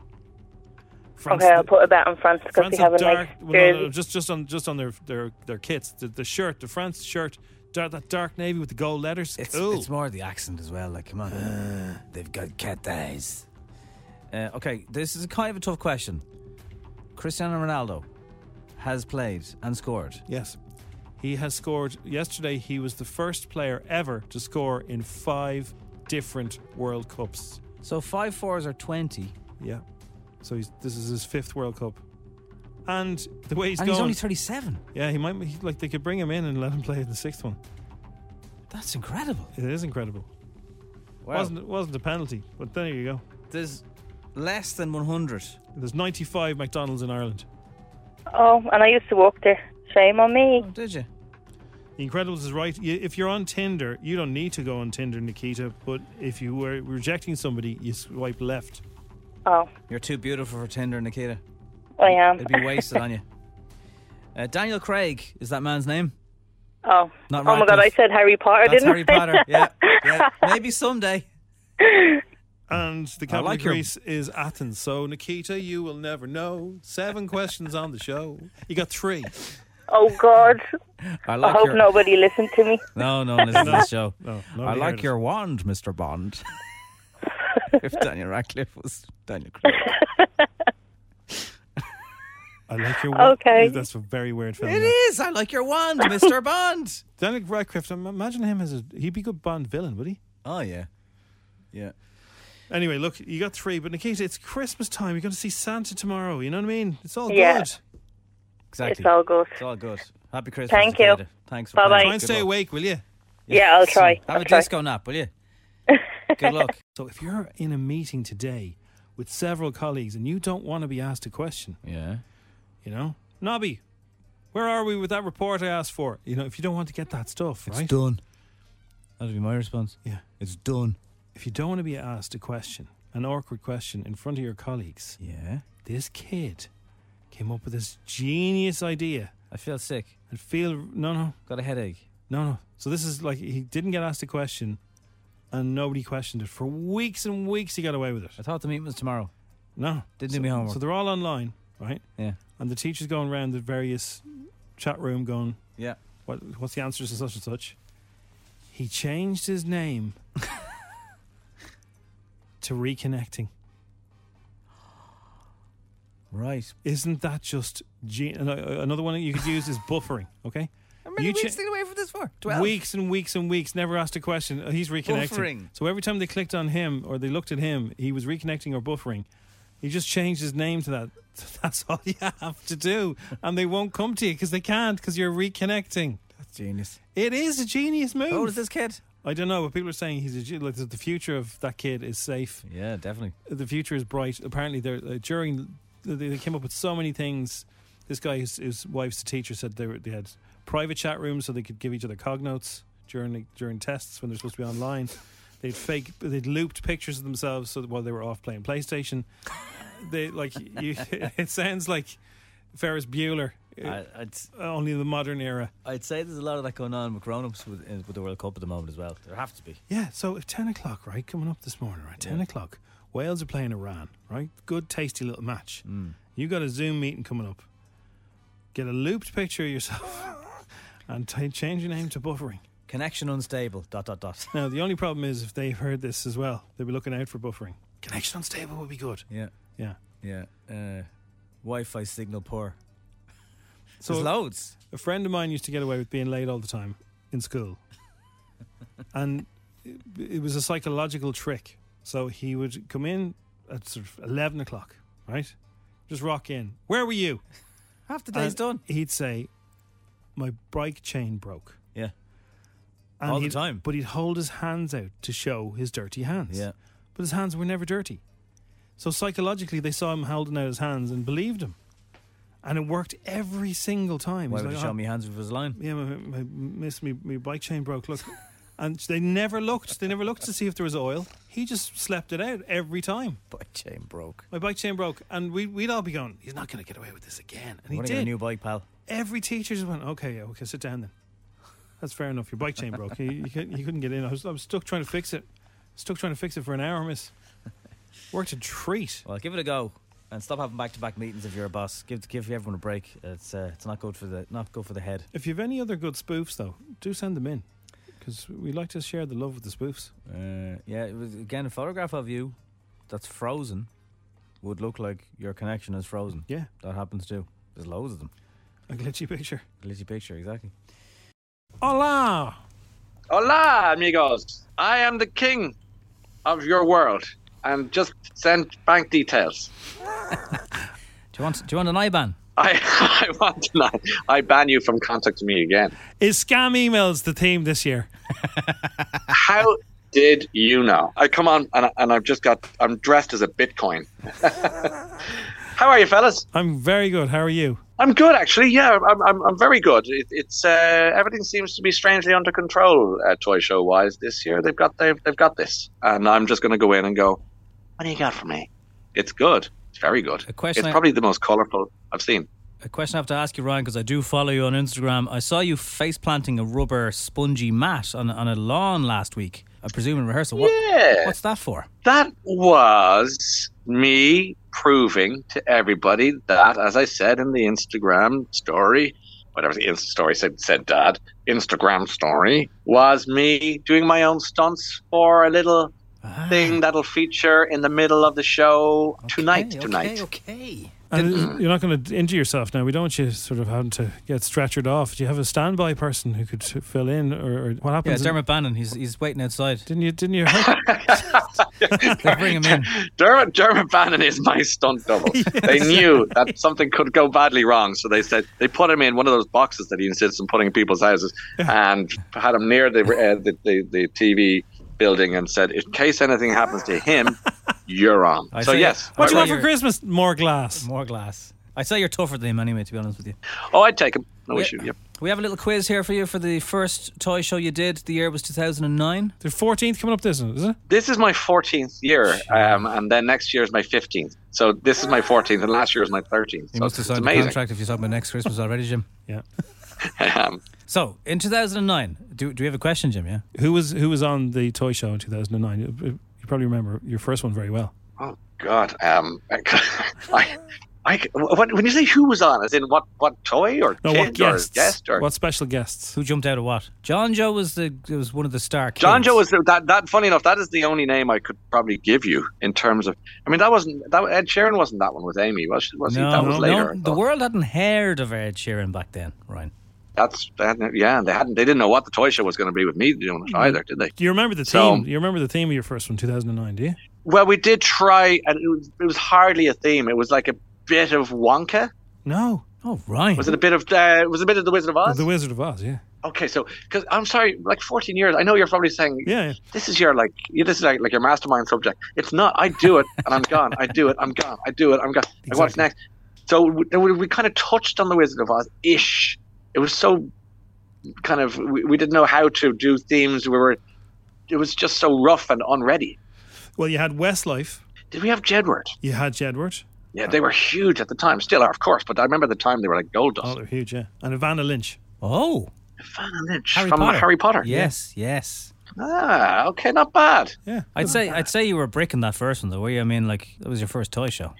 Speaker 4: France-
Speaker 16: Okay, I'll put a bet on France because
Speaker 4: France
Speaker 16: we have a
Speaker 4: have dark,
Speaker 16: nice
Speaker 4: well, no,
Speaker 16: jersey.
Speaker 4: no, just just on just on their their, their kits. The, the shirt, the France shirt, dark, that dark navy with the gold letters.
Speaker 3: It's,
Speaker 4: cool.
Speaker 3: it's more the accent as well. Like, come on, they've got cat eyes. Uh, okay, this is kind of a tough question. Cristiano Ronaldo has played and scored.
Speaker 4: Yes. He has scored yesterday. He was the first player ever to score in five different World Cups.
Speaker 3: So five fours are twenty.
Speaker 4: Yeah. So he's this is his fifth World Cup, and the way he's
Speaker 3: and
Speaker 4: going,
Speaker 3: he's only thirty-seven.
Speaker 4: yeah, he might he, like they could bring him in and let him play in the sixth one.
Speaker 3: That's incredible.
Speaker 4: It is incredible.
Speaker 3: Wow.
Speaker 4: Wasn't it wasn't a penalty, but there you go.
Speaker 3: There's less than one hundred.
Speaker 4: There's ninety five McDonald's in Ireland.
Speaker 16: Oh, and I used to walk there. Shame on me.
Speaker 3: Oh, did you?
Speaker 4: The Incredibles is right. You- If you're on Tinder, you don't need to go on Tinder, Nikita. But if you were rejecting somebody, you swipe left.
Speaker 16: Oh,
Speaker 3: You're too beautiful for Tinder, Nikita.
Speaker 16: I am.
Speaker 3: It'd be wasted on you. Uh, Daniel Craig is that man's name?
Speaker 16: Oh,
Speaker 3: Not
Speaker 16: oh my God! I
Speaker 3: Radcliffe.
Speaker 16: said Harry Potter,
Speaker 3: That's
Speaker 16: didn't
Speaker 3: Harry
Speaker 16: I?
Speaker 3: Potter. Yeah, yeah. Maybe someday.
Speaker 4: And the capital
Speaker 3: like
Speaker 4: of
Speaker 3: your-
Speaker 4: Greece is Athens. So Nikita, you will never know. Seven questions on the show. You got three.
Speaker 16: Oh God!
Speaker 3: I
Speaker 16: I,
Speaker 3: like
Speaker 16: hope
Speaker 3: your-
Speaker 16: nobody listened to me.
Speaker 3: No, no, listen to
Speaker 4: No,
Speaker 3: this show.
Speaker 4: Oh, no,
Speaker 3: I
Speaker 4: nobody
Speaker 3: like
Speaker 4: heard
Speaker 3: your wand, Mr. Bond. if Daniel Radcliffe was Daniel Craig.
Speaker 4: I like your
Speaker 3: Okay.
Speaker 4: That's a very weird film.
Speaker 3: It is. I like your wand, Mr. Bond.
Speaker 4: Daniel Radcliffe. im- Imagine him as a. He'd be a good Bond villain, would he?
Speaker 3: Oh, yeah. Yeah.
Speaker 4: Anyway, look, you got three. But Nikita, it's Christmas time. You're going to see Santa tomorrow. You know what I mean? It's all
Speaker 16: Yeah.
Speaker 4: good.
Speaker 3: Exactly.
Speaker 16: It's all good.
Speaker 3: It's all good. Happy Christmas.
Speaker 16: Thank you.
Speaker 3: Nikita. Thanks for
Speaker 16: Bye-bye.
Speaker 3: playing.
Speaker 4: Try and
Speaker 3: Good
Speaker 4: stay
Speaker 3: luck.
Speaker 4: awake, will you?
Speaker 16: Yeah, I'll try.
Speaker 3: Have
Speaker 16: I'll
Speaker 3: a
Speaker 16: try.
Speaker 3: disco nap, will you? Good luck.
Speaker 4: So if you're in a meeting today with several colleagues and you don't want to be asked a question,
Speaker 3: Yeah.
Speaker 4: you know, Nobby, where are we with that report I asked for? You know, if you don't want to get that stuff,
Speaker 3: It's
Speaker 4: right?
Speaker 3: done. That'd be my response. Yeah. It's done.
Speaker 4: If you don't want to be asked a question, an awkward question in front of your colleagues,
Speaker 3: yeah,
Speaker 4: this kid came up with this genius idea.
Speaker 3: I feel sick.
Speaker 4: I feel no, no,
Speaker 3: Got a headache.
Speaker 4: no, no. So this is like he didn't get asked a question, and nobody questioned it for weeks and weeks. He got away with it.
Speaker 3: I thought the meeting was tomorrow.
Speaker 4: No,
Speaker 3: Didn't
Speaker 4: so,
Speaker 3: do me homework.
Speaker 4: So they're all online, right?
Speaker 3: Yeah.
Speaker 4: and the teacher's going around the various chat room going,
Speaker 3: Yeah.
Speaker 4: what, what's the answers to such and such? He changed his name to reconnecting.
Speaker 3: Right.
Speaker 4: Isn't that just ge- an- uh, another one that you could use is buffering? Okay,
Speaker 3: How many
Speaker 4: You
Speaker 3: weeks
Speaker 4: cha-
Speaker 3: did you away for this for? Twelve.
Speaker 4: weeks and weeks and weeks, never asked a question. Uh, He's reconnecting.
Speaker 3: Buffering.
Speaker 4: So every time they clicked on him or they looked at him, he was reconnecting or buffering. He just changed his name to that. That's all you have to do, and they won't come to you because they can't because you're reconnecting.
Speaker 3: That's Ah, genius.
Speaker 4: It is a genius move.
Speaker 3: How old Oh, is this kid?
Speaker 4: I don't know, but people are saying he's a ge- like the future of that kid is safe.
Speaker 3: Yeah, definitely.
Speaker 4: The future is bright. Apparently, they're uh, during they they came up with so many things. This guy, his, his wife's a teacher, said they, were, they had private chat rooms so they could give each other cognotes during during tests when they're supposed to be online. They'd fake, they'd looped pictures of themselves so that while they were off playing PlayStation. they like you, it sounds like Ferris Bueller, uh,
Speaker 3: I, I'd,
Speaker 4: only in the modern era.
Speaker 3: I'd say there's a lot of that going on with grown-ups with, uh, with the World Cup at the moment as well. There have to be.
Speaker 4: Yeah, so at 10 o'clock, right, coming up this morning, right, 10 o'clock, Wales are playing Iran, right? Good, tasty little match. You got a Zoom meeting coming up. Get a looped picture of yourself and t- change your name to buffering.
Speaker 3: Connection unstable. Dot dot dot.
Speaker 4: Now, the only problem is if they've heard this as well, they'll be looking out for buffering. Connection unstable would be good.
Speaker 3: Yeah.
Speaker 4: Yeah.
Speaker 3: Yeah. Uh, Wi-Fi signal poor.
Speaker 4: So-
Speaker 3: there's loads.
Speaker 4: A friend of mine used to get away with being late all the time in school. and it, it was a psychological trick. So he would come in at sort of 11 o'clock, right? Just rock in. Where were you?
Speaker 3: Half the day's
Speaker 4: And
Speaker 3: done.
Speaker 4: He'd say, "My bike chain broke."
Speaker 3: Yeah. All the
Speaker 4: he'd-
Speaker 3: time.
Speaker 4: But he'd hold his hands out to show his dirty hands.
Speaker 3: Yeah.
Speaker 4: But his hands were never dirty. So psychologically, they saw him holding out his hands and believed him, and it worked every single time.
Speaker 3: Why
Speaker 4: He's
Speaker 3: would you
Speaker 4: like,
Speaker 3: show
Speaker 4: "Oh,
Speaker 3: me hands with his line?
Speaker 4: Yeah, my, my, miss, me, my bike chain broke. Look, and they never looked. They never looked to see if there was oil. He just slept it out every time.
Speaker 3: Bike chain broke.
Speaker 4: My bike chain broke, and we, we'd all be going, "He's not going to get away with this again." And
Speaker 3: I'm
Speaker 4: he
Speaker 3: gonna
Speaker 4: did.
Speaker 3: get a new bike, pal.
Speaker 4: Every teacher just went, okay, yeah, okay, sit down then. That's fair enough. Your bike chain broke. You, you, couldn't, you couldn't get in. I was, I was stuck trying to fix it. Stuck trying to fix it for an hour, miss. Worked a treat.
Speaker 3: Well, give it a go and stop having back to back meetings if you're a boss. Give give everyone a break. It's uh, it's not good for the not good for the head.
Speaker 4: If you have any other good spoofs, though, do send them in because we like to share the love with the spoofs.
Speaker 3: Uh, yeah, it was, again, a photograph of you that's frozen would look like your connection is frozen.
Speaker 4: Yeah,
Speaker 3: that happens too. There's loads of them.
Speaker 4: A glitchy picture.
Speaker 3: Glitchy picture, exactly.
Speaker 4: Hola!
Speaker 12: Hola, amigos. I am the king of your world. And just send bank details.
Speaker 3: Do you want do you want an IBAN?
Speaker 12: I, I want to not. I ban you from contacting me again.
Speaker 4: Is scam emails the theme this year?
Speaker 12: How did you know? I come on and, I- and I've just got, I'm dressed as a Bitcoin. How are you, fellas?
Speaker 4: I'm very good. How are you?
Speaker 12: I'm good, actually. Yeah, I'm, I'm, I'm very good. It, it's uh, everything seems to be strangely under control, uh, toy show wise. This year they've got they've, they've got this, and I'm just going to go in and go. What do you got for me? It's good. It's very good.
Speaker 3: question
Speaker 12: it's
Speaker 3: I-
Speaker 12: probably the most colourful I've seen.
Speaker 3: A question I have to ask you, Ryan, because I do follow you on Instagram. I saw you face planting a rubber spongy mat on, on a lawn last week. I presume in rehearsal. What,
Speaker 12: Yeah.
Speaker 3: What's that for?
Speaker 12: That was me proving to everybody that, as I said in the Instagram story, whatever the Insta story said, said Dad, Instagram story, was me doing my own stunts for a little thing that'll feature in the middle of the show tonight. tonight.
Speaker 3: Okay.
Speaker 4: And you're not going to injure yourself now. We don't want you sort of having to get stretchered off. Do you have a standby person who could fill in, or, or what
Speaker 3: Yeah,
Speaker 4: happens?
Speaker 3: Dermot Bannon. He's he's waiting outside.
Speaker 4: Didn't you? Didn't you? Hurt?
Speaker 3: they bring him in.
Speaker 12: Dermot, Dermot Bannon is my stunt double. They knew that something could go badly wrong, so they said they put him in one of those boxes that he insists on putting in people's houses, and had him near the uh, the, the, the TV building, and said, in case anything happens to him, you're on.
Speaker 3: I
Speaker 12: so
Speaker 3: say-
Speaker 12: yes,
Speaker 3: I
Speaker 4: What do you
Speaker 3: say
Speaker 4: want for
Speaker 3: you're-
Speaker 4: Christmas? More glass.
Speaker 3: More glass. I say you're tougher than him anyway. To be honest with you.
Speaker 12: oh, I'd take him. No
Speaker 3: Yeah.
Speaker 12: issue. Yep.
Speaker 3: We have a little quiz here for you for the first toy show you did. The year was 2009.
Speaker 4: The 14th coming up this, is it?
Speaker 12: This is my 14th year, um, and then next year is my 15th. So this is my 14th, and last year was my 13th.
Speaker 3: You
Speaker 12: so
Speaker 3: must have
Speaker 12: it's
Speaker 3: signed the
Speaker 12: amazing.
Speaker 3: contract if you signed by next Christmas already, Jim.
Speaker 4: Yeah.
Speaker 12: Um,
Speaker 3: So in 2009, do do we have a question, Jim? Yeah.
Speaker 4: Who was who was on the toy show in 2009? You- You probably remember your first one very well.
Speaker 12: Oh God! Um, I, I, what, when you say who was on, as in what, what toy or
Speaker 4: No,
Speaker 12: kid
Speaker 4: what guests?
Speaker 12: or guest or
Speaker 4: What special guests?
Speaker 3: Who jumped out of what? John Joe was the was one of the star kids.
Speaker 12: John Joe was that. That funny enough, that is the only name I could probably give you in terms of. I mean, that wasn't that Ed Sheeran wasn't that one with Amy, was, she- was he? That was later.
Speaker 3: the world hadn't heard of Ed Sheeran back then, Ryan.
Speaker 12: That's that, yeah. and They hadn't. They didn't know what the toy show was going to be with me doing it either, did they?
Speaker 4: Do you remember the
Speaker 12: So-
Speaker 4: theme? you remember the theme of your first one, 2009? Do you?
Speaker 12: Well, we did try, and it was, it was hardly a theme. It was like a bit of Wonka.
Speaker 4: No.
Speaker 3: Oh, right.
Speaker 12: Was it a bit of? Uh, was it a bit of the Wizard of Oz?
Speaker 4: The Wizard of Oz. Yeah.
Speaker 12: Okay, so because I'm sorry, like 14 years. I know you're probably saying,
Speaker 4: yeah,
Speaker 12: this is your like, you- this is like, like your mastermind subject. It's not. I do it and I'm gone. I do it. I'm gone. I do it. I'm gone. Like, what's next? So we, we kind of touched on the Wizard of Oz ish. It was so kind of we, we didn't know how to do themes. We were it was just so rough and unready.
Speaker 4: Well, you had Westlife.
Speaker 12: Did we have Jedward?
Speaker 4: You had Jedward.
Speaker 12: Yeah, they were huge at the time. Still are, of course. But I remember the time they were like gold
Speaker 4: Oh,
Speaker 12: dust.
Speaker 4: they're huge. Yeah. And Ivana Lynch.
Speaker 3: Oh.
Speaker 12: Ivana Lynch
Speaker 3: Harry
Speaker 12: from
Speaker 3: Potter.
Speaker 12: Harry Potter.
Speaker 3: Yes, yes.
Speaker 12: Ah, okay, not bad.
Speaker 4: Yeah.
Speaker 3: I'd say I'd say you were bricking that first one though, were you? I mean, like that was your first toy show.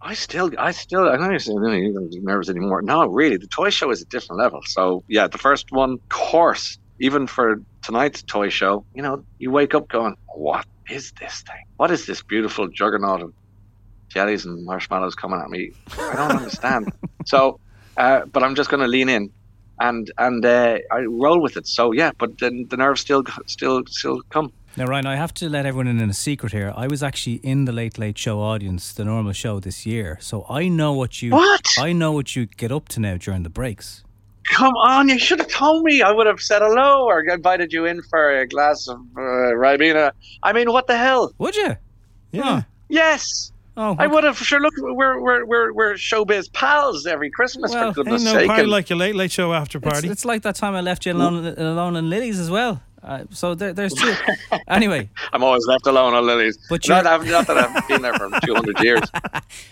Speaker 12: I still, I still, I don't even get nervous anymore. No, really, the toy show is a different level. So yeah, the first one, course, even for tonight's toy show, you know, you wake up going, what is this thing? What is this beautiful juggernaut of jellies and marshmallows coming at me? I don't understand. So, uh, but I'm just going to lean in and and uh, I roll with it. So yeah, but then the nerves still, still, still come.
Speaker 3: Now, Ryan, I have to let everyone in on a secret here. I was actually in the Late Late Show audience, the normal show this year, so I know what you
Speaker 12: What?
Speaker 3: I know what you get up to now during the breaks.
Speaker 12: Come on, you should have told me. I would have said hello or invited you in for a glass of uh, Ribena. I mean, what the hell?
Speaker 3: Would you?
Speaker 4: Yeah.
Speaker 12: Yes.
Speaker 3: Oh,
Speaker 12: I would have. Sure, look, we're we're we're, we're showbiz pals every Christmas
Speaker 3: Well,
Speaker 12: for
Speaker 4: Ain't
Speaker 12: goodness
Speaker 4: no
Speaker 12: sake.
Speaker 4: party
Speaker 12: and-
Speaker 4: like your late late show after
Speaker 3: It's,
Speaker 4: party.
Speaker 3: it's like that time I left you alone, alone in Lily's as well. Uh, so there, there's two. anyway,
Speaker 12: I'm always left alone on lilies.
Speaker 3: But
Speaker 12: not,
Speaker 3: you're-
Speaker 12: I've- not that I've been there for 200 years.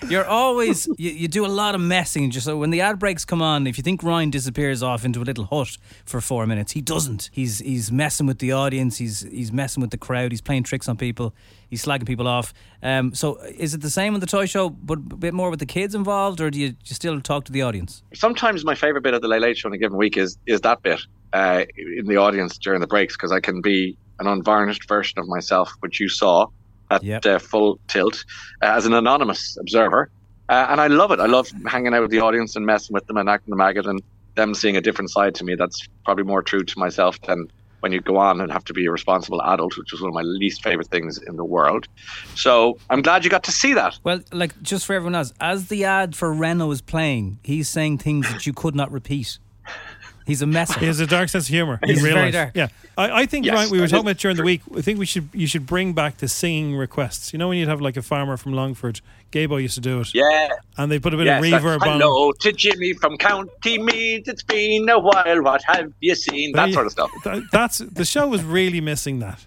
Speaker 3: You're always you, you do a lot of messing. Just so when the ad breaks come on, if you think Ryan disappears off into a little hut for four minutes, he doesn't. He's he's messing with the audience. He's he's messing with the crowd. He's playing tricks on people. He's slagging people off. Um, so is it the same on the toy show, but a bit more with the kids involved, or do you, you still talk to the audience?
Speaker 12: Sometimes my favorite bit of the Late Late Show on a given week is is that bit uh, in the audience during the breaks because I can be an unvarnished version of myself, which you saw at uh, full tilt uh, as an anonymous observer, uh, and I love it. I love hanging out with the audience and messing with them and acting the maggot and them seeing a different side to me. That's probably more true to myself than when you go on and have to be a responsible adult, which was one of my least favorite things in the world. So I'm glad you got to see that.
Speaker 3: Well, like just for everyone else, as the ad for Renault is playing, he's saying things that you could not repeat. He's a messer.
Speaker 4: He has a dark sense of humor.
Speaker 3: He's
Speaker 4: in real
Speaker 3: very
Speaker 4: life.
Speaker 3: dark.
Speaker 4: Yeah, I, I think
Speaker 3: Yes,
Speaker 4: right. We were
Speaker 3: that
Speaker 4: talking
Speaker 3: is
Speaker 4: about during the week. I think we should you should bring back the singing requests. You know when you'd have like a farmer from Longford, Gabo used to do it.
Speaker 12: Yeah.
Speaker 4: and they put a bit
Speaker 12: Yes,
Speaker 4: of
Speaker 12: that's-
Speaker 4: reverb on.
Speaker 12: Hello to Jimmy from County Meath. It's been a while. What have you seen?
Speaker 4: There
Speaker 12: That
Speaker 4: you-
Speaker 12: sort of stuff.
Speaker 4: Th- that's the show was really missing that.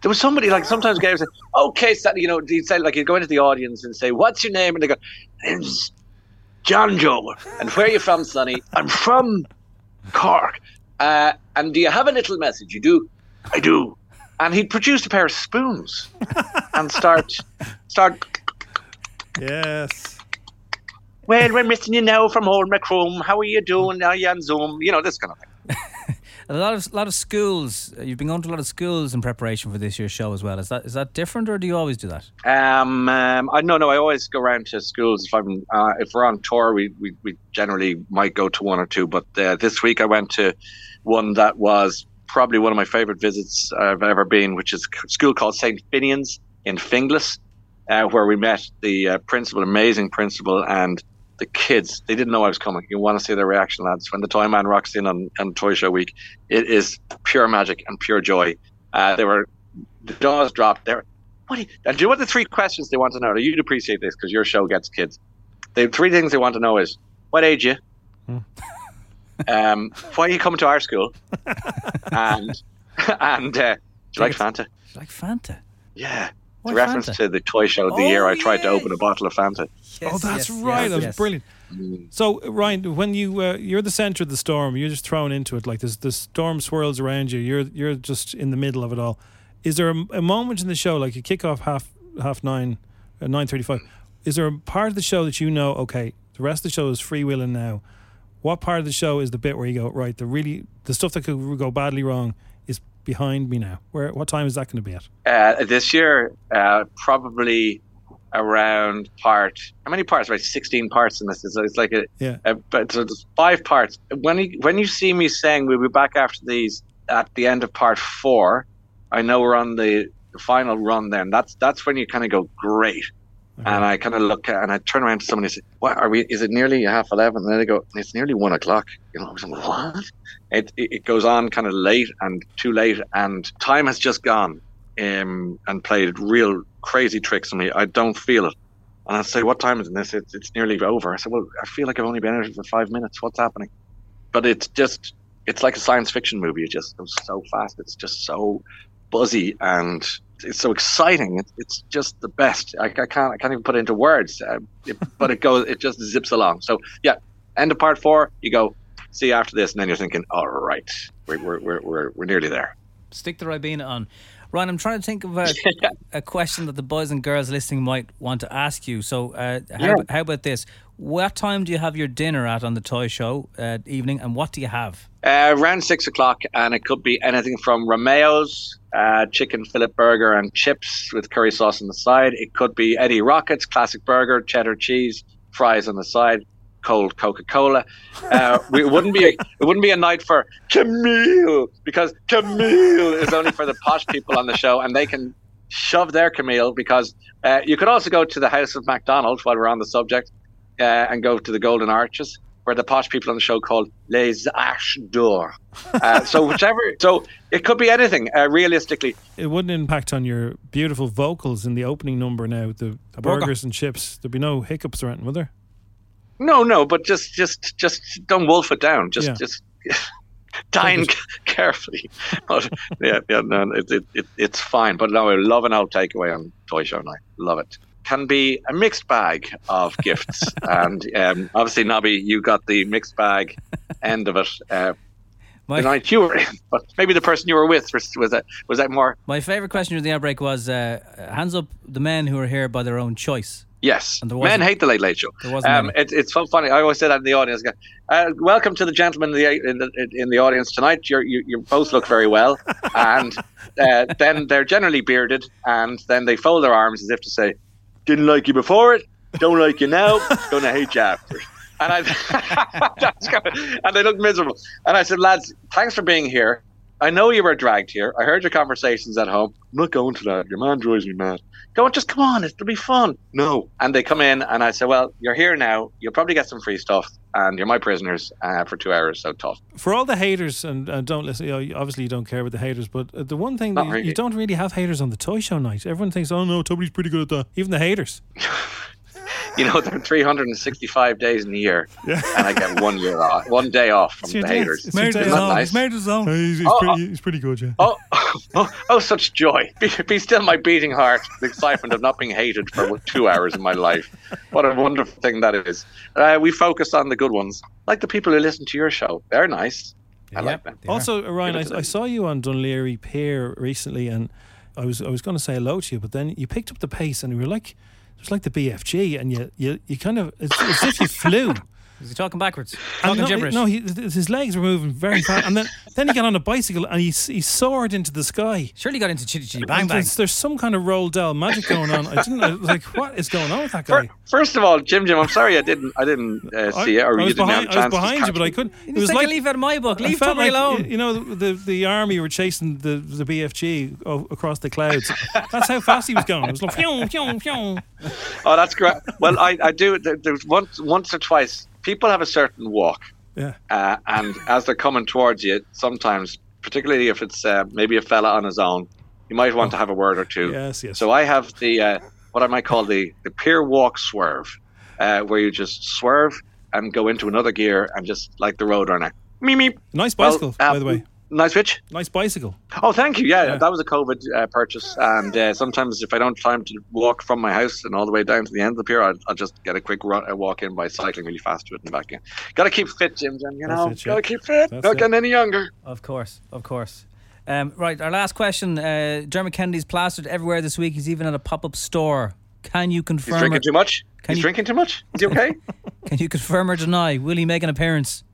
Speaker 12: There was somebody like sometimes guys would say, "Okay, so, you know," he'd say like he'd go into the audience and say, "What's your name?" and they go, "It's John Joe." And where are you from, Sonny? I'm from Cork. Uh, and do you have a little message? You do. I do. And he'd produce a pair of spoons and start start
Speaker 4: Yes.
Speaker 12: Well, we're missing you now from old Macroom. How are you doing? Are you on Zoom? You know, this kind of thing.
Speaker 3: A lot of lot of schools. uh, You've been going to a lot of schools in preparation for this year's show as well. Is that is that different, or do you always do that?
Speaker 12: Um, um, I no, no. I always go around to schools if I'm uh, if we're on tour. We, we we generally might go to one or two, but uh, this week I went to one that was probably one of my favorite visits I've ever been, which is a school called Saint Finian's in Finglas, uh, where we met the uh, principal, amazing principal, and the kids. They didn't know I was coming. You want to see their reaction, lads, when the Toy Man rocks in on, on Toy Show Week. It is pure magic and pure joy. Uh, they were the jaws dropped. There. What? Do you, and do you know what the three questions they want to know? Now, You'd appreciate this because your show gets kids. The three things they want to know is what age you, um, why you coming to our school, and and uh, do you like Fanta?
Speaker 3: Like Fanta.
Speaker 12: Yeah.
Speaker 3: Why
Speaker 12: It's a reference
Speaker 3: Fanta?
Speaker 12: to the toy show of the
Speaker 4: Oh,
Speaker 12: year. I tried to open a bottle of Fanta.
Speaker 4: oh, that's
Speaker 12: yes,
Speaker 4: right.
Speaker 12: yes,
Speaker 4: that was
Speaker 12: yes.
Speaker 4: brilliant. So Ryan, when you uh, you're the center of the storm, you're just thrown into it. Like this, the storm swirls around you. You're you're just in the middle of it all. Is there a, a moment in the show, like you kick off half half nine, uh, nine thirty-five? Is there a part of the show that you know? Okay, the rest of the show is freewheeling now. What part of the show is the bit where you go right? The really the stuff that could go badly wrong is behind me now. Where what time is that going to be at?
Speaker 12: Uh, this year, uh, probably around part. How many parts? About sixteen parts in this. It's, it's like a,
Speaker 4: Yeah.
Speaker 12: a Uh, but so there's five parts. When you, when you see me saying we'll be back after these at the end of part four, I know we're on the final run. Then that's that's when you kind of go great. And I kind of look at, and I turn around to somebody and say, "What are we? Is it nearly half 11? And then they go, "It's nearly one o'clock." You know, I was like, "What?" It, it it goes on kind of late and too late, and time has just gone, um, and played real crazy tricks on me. I don't feel it, and I say, "What time is it?" And they say, "It's nearly over." I said, "Well, I feel like I've only been out for five minutes. What's happening?" But it's just, it's like a science fiction movie. It just goes so fast. It's just so buzzy and it's so exciting. It, it's just the best. I, I can't I can't even put it into words. Uh, it, but it goes. It just zips along. So yeah, end of part four. You go see you after this, and then you're thinking, all right, we're we're we're we're, we're nearly there.
Speaker 3: Stick the Ribena on. Ryan, I'm trying to think of a, a question that the boys and girls listening might want to ask you. So, uh, how,
Speaker 12: Yeah.
Speaker 3: how about this? What time do you have your dinner at on the toy show uh, evening, and what do you have?
Speaker 12: Uh, around six o'clock, and it could be anything from Romeo's uh, chicken fillet burger and chips with curry sauce on the side. It could be Eddie Rockets classic burger, cheddar cheese, fries on the side, cold Coca Cola. Uh, we- it wouldn't be a, it wouldn't be a night for Camille because Camille is only for the posh people on the show, and they can shove their Camille because uh, you could also go to the House of MacDonald while we're on the subject uh, and go to the Golden Arches, where the posh people on the show called Les Arches d'Or. Uh, so whichever, so it could be anything. Uh, realistically,
Speaker 4: It wouldn't impact on your beautiful vocals in the opening number now. The, the
Speaker 12: Burger.
Speaker 4: burgers and chips. There'd be no hiccups or anything, would there?
Speaker 12: no, no, but just, just, just don't wolf it down. Just,
Speaker 4: Yeah.
Speaker 12: just. Dine carefully. But yeah, yeah, no, it, it, it, it's fine. But no, I love an old takeaway on Toy Show Night. Love it. Can be a mixed bag of gifts, and um, obviously, Nobby, you got the mixed bag end of it. Uh,
Speaker 3: My-
Speaker 12: the night you were in, but maybe the person you were with was, was that was that more
Speaker 3: My favourite question during the outbreak was uh, hands up the men who are here by their own choice.
Speaker 12: Yes,
Speaker 3: And there
Speaker 12: men
Speaker 3: wasn't-
Speaker 12: hate the Late Late Show.
Speaker 3: There wasn't
Speaker 12: Um,
Speaker 3: any.
Speaker 12: it, it's so funny. I always say that in the audience. I go, Uh, welcome to the gentlemen in the, in the, in the audience tonight. You're, you you both look very well, and uh, then they're generally bearded, and then they fold their arms as if to say, "Didn't like you before it, don't like you now, gonna hate you after." And I, that's kind of- and they look miserable. And I said, "Lads, thanks for being here. I know you were dragged here. I heard your conversations at home. I'm not going to that. Your man drives me mad. Go, just come on. It'll be fun. No. And they come in, and I say, well, you're here now. You'll probably get some free stuff, and you're my prisoners uh, for two hours. So tough.
Speaker 4: For all the haters, and, and don't listen, you know, you- obviously you don't care about the haters, but uh, the one thing, that
Speaker 12: Not
Speaker 4: you,
Speaker 12: really.
Speaker 4: you don't really have haters on the Toy Show night. Everyone thinks, oh no, Toby's pretty good at that. Even the haters.
Speaker 12: You know, there are 365 days in the year, and I get one year off, one day off from
Speaker 4: It's
Speaker 12: the
Speaker 4: your day-
Speaker 12: haters.
Speaker 4: it's your day
Speaker 12: Isn't that
Speaker 4: off.
Speaker 12: nice?
Speaker 4: Made his own. He's, he's
Speaker 12: Oh,
Speaker 4: pretty, he's pretty good, yeah.
Speaker 12: Oh, oh, oh, such joy. Be, be still my beating heart, the excitement of not being hated for two hours of my life. What a wonderful thing that is. Uh, we focus on the good ones, like the people who listen to your show. They're nice. I like them.
Speaker 4: Also, uh, Ryan, I, I saw you on Dunleary Pier recently, and I was I was going to say hello to you, but then you picked up the pace, and you were like, it was like the BFG, and you you, you kind of it's, it's as if you flew.
Speaker 3: Was he talking backwards?
Speaker 4: And
Speaker 3: Talking
Speaker 4: no,
Speaker 3: gibberish?
Speaker 4: no, he, th- his legs were moving very fast, and then then he got on a bicycle and he s- he soared into the sky.
Speaker 3: Surely he got into chitty chitty bang bang.
Speaker 4: There's, there's some kind of roll doll magic going on. I didn't I was like what is going on with that guy.
Speaker 12: First of all, Jim Jim, I'm sorry I didn't I didn't uh, see it,
Speaker 4: I
Speaker 12: or you
Speaker 4: was
Speaker 12: didn't have
Speaker 4: behind, I
Speaker 12: a
Speaker 4: was
Speaker 12: chance. to
Speaker 4: behind you,
Speaker 12: catch
Speaker 4: but I couldn't.
Speaker 3: You
Speaker 4: It was
Speaker 3: take
Speaker 4: like
Speaker 3: a leaf out of my book.
Speaker 4: I
Speaker 3: Leave
Speaker 4: felt
Speaker 3: Tommy
Speaker 4: like,
Speaker 3: alone.
Speaker 4: You know, the, the army were chasing the, the BFG o- across the clouds. That's how fast he was going. It was like, phew, phew, phew.
Speaker 12: Oh, that's great. Well, I, I do. there- There's once once or twice. People have a certain walk,
Speaker 4: Yeah.
Speaker 12: uh, and as they're coming towards you, sometimes, particularly if it's uh, maybe a fella on his own, you might want to have a word or two.
Speaker 4: Yes, yes.
Speaker 12: So I have the uh, what I might call the the pier walk swerve, uh, where you just swerve and go into another gear and just like the roadrunner. Meep, meep.
Speaker 4: Nice
Speaker 12: Well,
Speaker 4: bicycle,
Speaker 12: uh,
Speaker 4: by the way.
Speaker 12: Nice which?
Speaker 4: Nice bicycle.
Speaker 12: Oh, thank you. Yeah, that was a COVID uh, purchase. And uh, sometimes, if I don't have time to walk from my house and all the way down to the end of the pier, I'll, I'll just get a quick run, uh, walk in by cycling really fast to it and back in. Got to keep fit, Jim. Jim. You
Speaker 3: That's
Speaker 12: know,
Speaker 3: it, yeah.
Speaker 12: got to keep fit.
Speaker 3: That's
Speaker 12: Not
Speaker 3: it.
Speaker 12: getting any younger.
Speaker 3: Of course, of course. Um, right, our last question. Uh, Dermot Kennedy's plastered everywhere this week. He's even at a pop up store. Can you confirm?
Speaker 12: He's drinking
Speaker 3: or-
Speaker 12: too much.
Speaker 3: Can
Speaker 12: He's
Speaker 3: you-
Speaker 12: drinking too much. Is he okay?
Speaker 3: Can you confirm or deny? Will he make an appearance?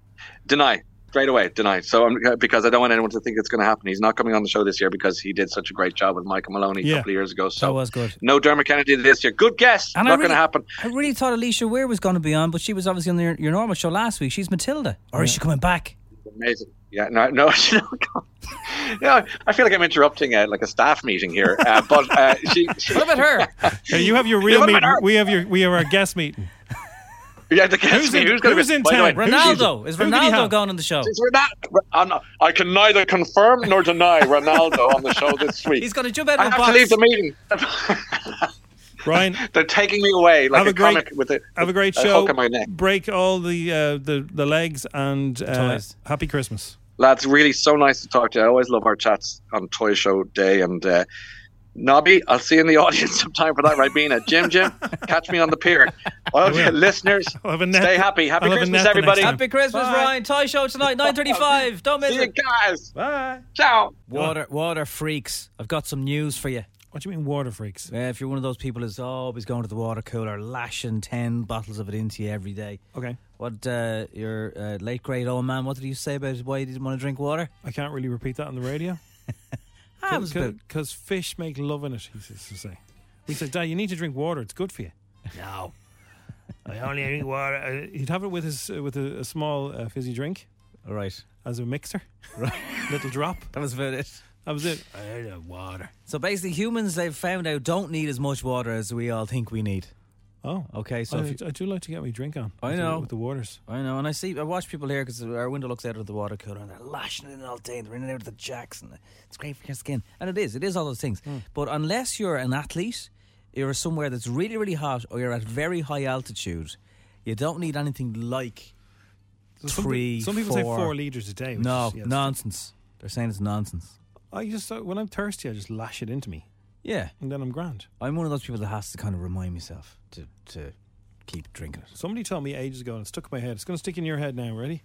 Speaker 12: deny straight away. Deny. So I'm, uh, because I don't want anyone to think it's going to happen. He's not coming on the show this year because he did such a great job with Michael Maloney
Speaker 3: Yeah.
Speaker 12: a couple of years ago. So
Speaker 3: That was good.
Speaker 12: no Dermot Kennedy this year. Good guess.
Speaker 3: And I
Speaker 12: not
Speaker 3: really-
Speaker 12: going to happen.
Speaker 3: I really thought Alicia Weir was going to be on, but she was obviously on your, your normal show last week. She's Matilda. Or is she coming back?
Speaker 12: Amazing. Yeah, no, no, no, no. I feel like I'm interrupting uh, like a staff meeting here. Uh, but uh, she, she,
Speaker 3: what about her?
Speaker 4: Yeah, you have your
Speaker 12: Yeah,
Speaker 4: real
Speaker 12: what about
Speaker 4: meeting.
Speaker 12: her?
Speaker 4: We have your we have our guest meeting.
Speaker 12: Yeah, the guest
Speaker 4: Who's
Speaker 12: meeting.
Speaker 4: in-
Speaker 12: who's going to
Speaker 4: who's
Speaker 12: be
Speaker 4: in
Speaker 12: by the
Speaker 4: town?
Speaker 12: way,
Speaker 3: Ronaldo. Is
Speaker 4: Who did he
Speaker 3: Ronaldo
Speaker 4: have?
Speaker 3: going on the show?
Speaker 12: It's Ronaldo. I'm not- I can neither confirm nor deny Ronaldo on the show this week.
Speaker 3: He's gonna jump out
Speaker 12: I
Speaker 3: of a
Speaker 12: have
Speaker 3: box.
Speaker 12: to leave the meeting.
Speaker 4: Ryan,
Speaker 12: They're taking me away like
Speaker 4: Have
Speaker 12: a,
Speaker 4: a great-
Speaker 12: comic with a,
Speaker 4: have a great show.
Speaker 12: hook Uh, in my neck.
Speaker 4: Break all the uh, the the legs and uh,
Speaker 12: toys.
Speaker 4: happy Christmas.
Speaker 12: Lads, really so nice to talk to you. I always love our chats on Toy Show Day. And uh, Nobby, I'll see you in the audience sometime for that Ribena. Jim, Jim, catch me on the pier. Well, listeners, stay happy. Happy Christmas, everybody.
Speaker 3: Happy Christmas, Ryan. Toy show tonight, 9.35. Don't miss
Speaker 12: See you
Speaker 3: it.
Speaker 12: guys.
Speaker 4: Bye.
Speaker 12: Ciao.
Speaker 3: Water, water freaks. I've got some news for you.
Speaker 4: What do you mean, water freaks?
Speaker 3: Uh, if you're one of those people who's always going to the water cooler, lashing 10 bottles of it into you every day.
Speaker 4: Okay.
Speaker 3: What, uh, your uh, late great old man, what did you say about why you didn't want to drink water?
Speaker 4: I can't really repeat that on the radio.
Speaker 3: I was a bit-
Speaker 4: because fish make love in it. He says to say. We said, Dad, you need to drink water. It's good for you. No, I only drink water. Uh, He'd have it with his uh, with a, a small uh, fizzy drink.
Speaker 3: All right.
Speaker 4: As a mixer, right? Little drop.
Speaker 3: That was about it.
Speaker 4: That was it. I had water.
Speaker 3: So basically, humans they've found out don't need as much water as we all think we need.
Speaker 4: Oh,
Speaker 3: okay. So
Speaker 4: I,
Speaker 3: if you,
Speaker 4: I do like to get my drink on.
Speaker 3: I
Speaker 4: with the-
Speaker 3: know.
Speaker 4: with the waters.
Speaker 3: I know, and I see, I watch people here because our window looks out of the water cooler, and they're lashing it in all day, and they're in and out of the jacks, and it's great for your skin, and it is, it is all those things.
Speaker 4: Hmm.
Speaker 3: But unless you're an athlete, you're somewhere that's really, really hot, or you're at very high altitude, you don't need anything like
Speaker 4: Some
Speaker 3: three.
Speaker 4: peop- some people say four litres a day, which
Speaker 3: No,
Speaker 4: is- yeah, it's-
Speaker 3: nonsense. They're saying it's nonsense.
Speaker 4: I just uh, when I'm thirsty, I just lash it into me.
Speaker 3: Yeah,
Speaker 4: and then I'm grand.
Speaker 3: I'm one of those people that has to kind of remind myself to to keep drinking it.
Speaker 4: Somebody told me ages ago, and it stuck in my head. It's going to stick in your head now. Ready?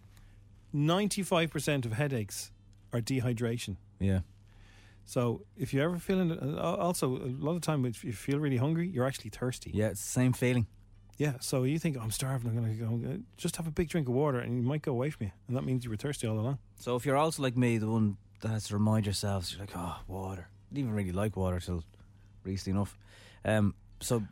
Speaker 4: Ninety-five percent of headaches are dehydration.
Speaker 3: Yeah.
Speaker 4: So if you're ever feeling, uh, also a lot of the time, if you feel really hungry, you're actually thirsty.
Speaker 3: Yeah, it's the same feeling.
Speaker 4: Yeah. So you think I'm starving, I'm going to go uh, just have a big drink of water, and you might go away from you, and that means you were thirsty all along.
Speaker 3: So if you're also like me, the one that has to remind yourselves, you're like, oh, water. I didn't even really like water till recently enough. Um, so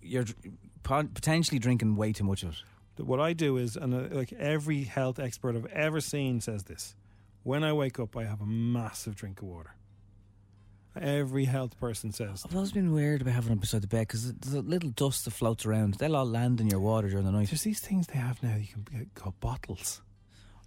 Speaker 3: you're dr- pot- potentially drinking way too much of it.
Speaker 4: that what I do is, and uh, like every health expert I've ever seen says this: when I wake up, I have a massive drink of water. Every health person says.
Speaker 3: I've always been weird about having it beside the bed because there's a little dust that floats around. They'll all land in your water during the night.
Speaker 4: There's these things they have now. You can get got bottles,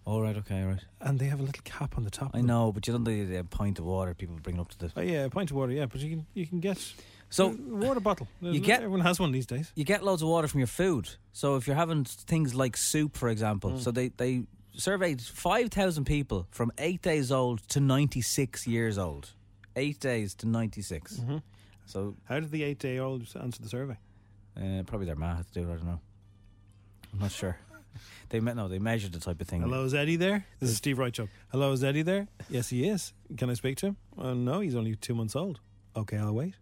Speaker 3: All right, okay, all right.
Speaker 4: and they have a little cap on the top.
Speaker 3: I know, but you don't need a pint of water. People bring it up to the.
Speaker 4: Oh yeah, a pint of water. Yeah, but you can you can get
Speaker 3: So-
Speaker 4: a water bottle.
Speaker 3: You get
Speaker 4: everyone has one these days.
Speaker 3: You get loads of water from your food. So if you're having things like soup, for example,
Speaker 4: Mm.
Speaker 3: so they they surveyed five thousand people from eight days old to ninety six years old, eight days to ninety So
Speaker 4: how did the eight day olds answer the survey?
Speaker 3: Uh, probably their ma had to do it. I don't know. I'm not sure. They met no. They measured the type of thing.
Speaker 4: Hello, is Eddie there? This is Steve Wright. Hello, is Eddie there? Yes, he is. Can I speak to him? Uh, no, he's only two months old. Okay, I'll wait.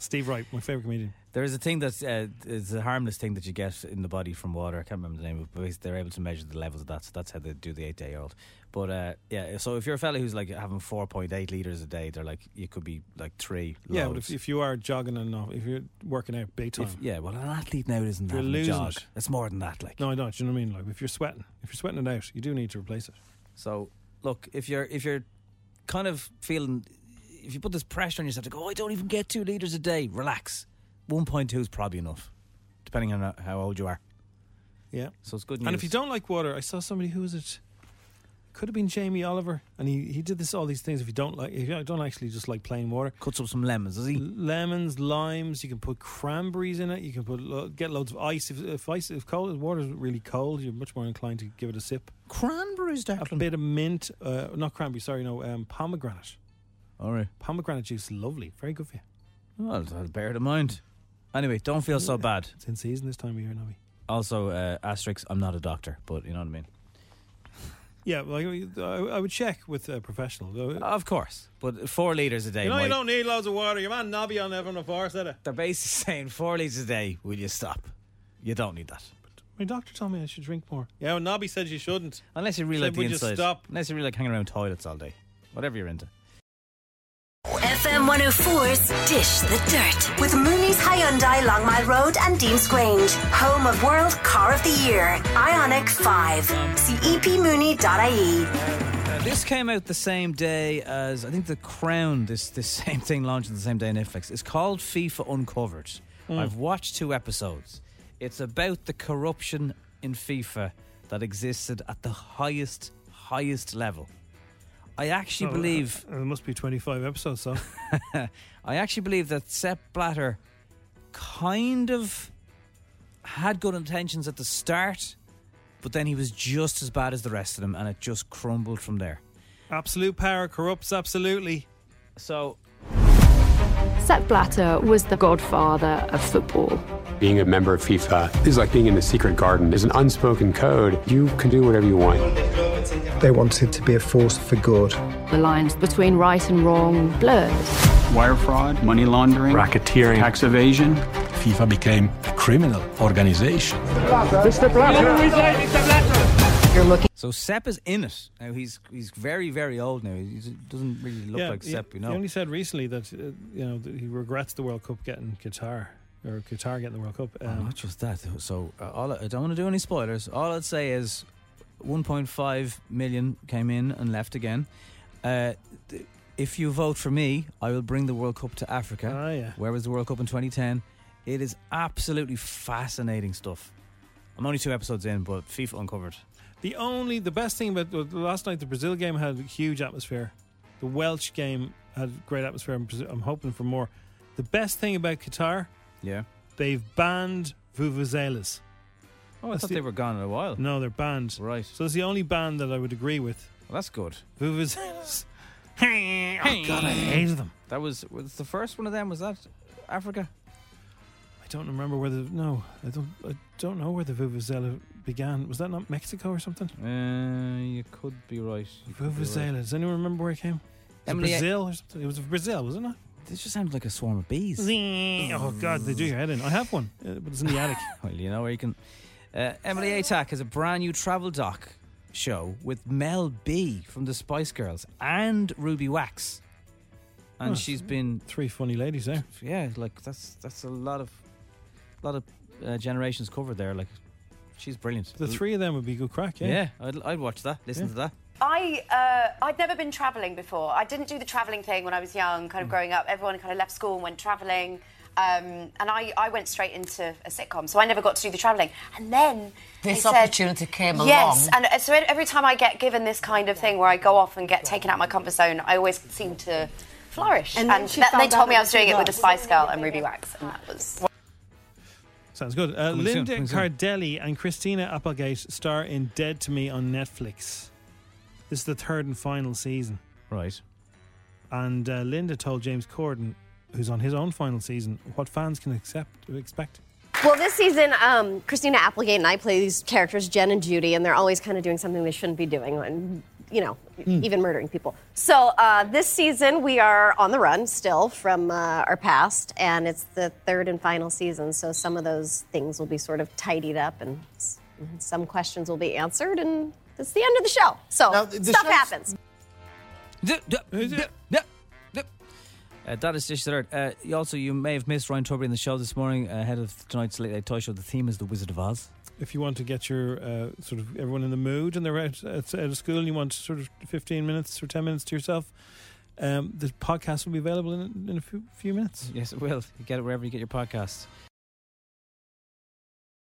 Speaker 4: Steve Wright, my favorite comedian.
Speaker 3: There is a thing that's uh, it's a harmless thing that you get in the body from water. I can't remember the name of it, but basically they're able to measure the levels of that. So that's how they do the eight day old. But uh, yeah, so if you're a fella who's like having 4.8 litres a day, they're like, you could be like three.
Speaker 4: Yeah, but
Speaker 3: loads.
Speaker 4: if, if you are jogging and off, if you're working out big time,
Speaker 3: If- yeah, well, an athlete now isn't
Speaker 4: You're
Speaker 3: having a
Speaker 4: losing
Speaker 3: jog.
Speaker 4: it.
Speaker 3: It's more than that, like.
Speaker 4: no, I don't. Do you know what I mean? Like if you're sweating, if you're sweating it out, you do need to replace it.
Speaker 3: So look, if you're if you're kind of feeling, if you put this pressure on yourself to go, "Oh, I don't even get two liters a day. Relax. 1.2 is probably enough, depending on how old you are.
Speaker 4: Yeah.
Speaker 3: So it's good.
Speaker 4: And
Speaker 3: news.
Speaker 4: if you don't like water, I saw somebody who was it. Could have been Jamie Oliver, and he, he did this all these things. If you don't like, if you don't actually just like plain water,
Speaker 3: cuts up some lemons, does he?
Speaker 4: Lemons, limes. You can put cranberries in it. You can put lo- get loads of ice. If, if ice, if cold water is really cold, you're much more inclined to give it a sip.
Speaker 3: Cranberries,
Speaker 4: A bit of mint, uh, not cranberry. Sorry, no, um, pomegranate.
Speaker 3: All right.
Speaker 4: Pomegranate juice, is lovely, very good for you.
Speaker 3: Well, I'll bear it in mind. Anyway, don't feel so bad.
Speaker 4: It's in season this time of year, Nobby.
Speaker 3: Also, uh, asterisk, I'm not a doctor, but you know what I mean.
Speaker 4: Yeah, well, I, I would check with a professional.
Speaker 3: Of course, but four liters a day.
Speaker 4: You know,
Speaker 3: might-
Speaker 4: you don't need loads of water. Your man Nobby on having a forest, did it?
Speaker 3: They're basically saying four liters a day. Will you stop? You don't need that.
Speaker 4: My doctor told me I should drink more. Yeah, well, Nobby said you shouldn't.
Speaker 3: Unless you really
Speaker 4: Said,
Speaker 3: like the
Speaker 4: "Would you
Speaker 3: inside.
Speaker 4: stop?"
Speaker 3: Unless you really like hanging around toilets all day. Whatever you're into.
Speaker 6: FM 104's Dish the Dirt with Mooney's Hyundai Long My Road and Dean's Grange, home of World Car of the Year, Ionic 5. See E epmooney.ie.
Speaker 3: Uh, this came out the same day as I think The Crown. This this same thing launched on the same day on Netflix. It's called FIFA Uncovered.
Speaker 18: Mm.
Speaker 3: I've watched two episodes. It's about the corruption in FIFA that existed at the highest highest level. I actually
Speaker 4: So, uh,
Speaker 3: believe
Speaker 4: there must be twenty-five episodes. So
Speaker 3: I actually believe that Sepp Blatter kind of had good intentions at the start, but then he was just as bad as the rest of them, and it just crumbled from there.
Speaker 4: absolute power corrupts absolutely.
Speaker 3: So
Speaker 19: Sepp Blatter was the godfather of football.
Speaker 20: Being a member of FIFA is like being in the secret garden. There's an unspoken code. You can do whatever you want.
Speaker 21: They wanted to be a force for good.
Speaker 19: The lines between right and wrong blurs.
Speaker 22: Wire fraud, money laundering, racketeering, tax evasion. FIFA became a criminal organization.
Speaker 19: Mr.
Speaker 3: You're looking. So Sepp is in it now. He's he's very very old now. He doesn't really look like
Speaker 4: he-
Speaker 3: Sepp, you
Speaker 4: He
Speaker 3: know.
Speaker 4: only said recently that uh, you know that he regrets the World Cup getting Qatar or Qatar getting the World Cup. Um,
Speaker 3: Oh, not just that. though. So uh, all I, I don't want to do any spoilers. All I'd say is 1.5 million came in and left again. Uh, th- if you vote for me, I will bring the World Cup to Africa.
Speaker 4: Ah, yeah.
Speaker 3: Where was the World Cup in 2010? It is absolutely fascinating stuff. I'm only two episodes in, but FIFA Uncovered.
Speaker 4: The only the best thing about the- the last night, the Brazil game had a huge atmosphere. The Welsh game had great atmosphere. I'm, pres- I'm hoping for more. The best thing about Qatar,
Speaker 3: Yeah.
Speaker 4: they've banned vuvuzelas.
Speaker 3: Oh, I
Speaker 4: That's
Speaker 3: thought
Speaker 4: the-
Speaker 3: they were gone in a while.
Speaker 4: No, they're banned. Right. So it's the only band that I would agree with.
Speaker 3: Well, that's good.
Speaker 4: Vuvuzelas. oh God, I hated them.
Speaker 3: That was was the first one of them. Was that Africa?
Speaker 4: I don't remember where the no. I don't. I don't know where the vuvuzela began. Was that not Mexico or something?
Speaker 3: Uh, you could be right. You could be
Speaker 4: Vuvuzela.
Speaker 3: right.
Speaker 4: Does anyone remember where it came? Was it
Speaker 3: Emily, I-
Speaker 4: Brazil or something. It was Brazil, wasn't it?
Speaker 3: This just sounds like a swarm of bees.
Speaker 4: Oh God, they do your head in. I have one, uh, but it's in the attic.
Speaker 3: Well, you know where you can. Uh, Emily Atack has a brand new travel doc show with Mel B from the Spice Girls and Ruby Wax, and
Speaker 4: Huh.
Speaker 3: she's been
Speaker 4: three funny ladies there.
Speaker 3: Yeah, like that's that's a lot of lot of uh, generations covered there. Like she's brilliant.
Speaker 4: The three of them would be good crack. Yeah.
Speaker 3: Yeah, I'd, I'd watch that. Listen
Speaker 4: Yeah.
Speaker 3: to that.
Speaker 6: I uh, I'd never been travelling before. I didn't do the travelling thing when I was young, kind of
Speaker 23: Mm.
Speaker 6: growing up. Everyone kind of left school and went travelling, um, and I, I went straight into a sitcom, so I never got to do the travelling. And then they
Speaker 23: This
Speaker 6: said-
Speaker 23: opportunity came along.
Speaker 6: Yes, and uh, so every time I get given this kind of thing where I go off and get taken out of my comfort zone, I always seem to flourish.
Speaker 24: And
Speaker 6: And,
Speaker 24: then she
Speaker 6: that- they
Speaker 24: found
Speaker 6: told
Speaker 24: out
Speaker 6: me
Speaker 24: it
Speaker 6: I was
Speaker 24: was
Speaker 6: doing
Speaker 24: Ruby
Speaker 6: it with a
Speaker 24: Wax.
Speaker 6: Spice Girl and Ruby Wax, and that was.
Speaker 4: Sounds good. Uh,
Speaker 6: Coming soon,
Speaker 4: Linda
Speaker 6: coming soon.
Speaker 4: Cardelli and Christina Applegate star in Dead to Me on Netflix. This is the third and final season.
Speaker 3: Right.
Speaker 4: And uh, Linda told James Corden, who's on his own final season, what fans can accept expect.
Speaker 25: Well, this season, um, Christina Applegate and I play these characters, Jen and Judy, and they're always kind of doing something they shouldn't be doing, and you know,
Speaker 23: Mm.
Speaker 26: Hmm.
Speaker 25: even murdering people. So uh, this season, we are on the run still from uh, our past, and it's the third and final season. So some of those things will be sort of tidied up, and s- some questions will be answered, and it's the end of the show. So stuff happens.
Speaker 3: Uh, that is Dish Alert. Uh, you also, you may have missed Ryan Turbey in the show this morning uh, ahead of tonight's Late Late Toy Show. The theme is The Wizard of Oz.
Speaker 4: If you want to get your uh, sort of everyone in the mood and they're out, out, out of school and you want sort of 15 minutes or 10 minutes to yourself, um, the podcast will be available in, in a few, few minutes.
Speaker 3: Yes, it will. You get it wherever you get your podcasts.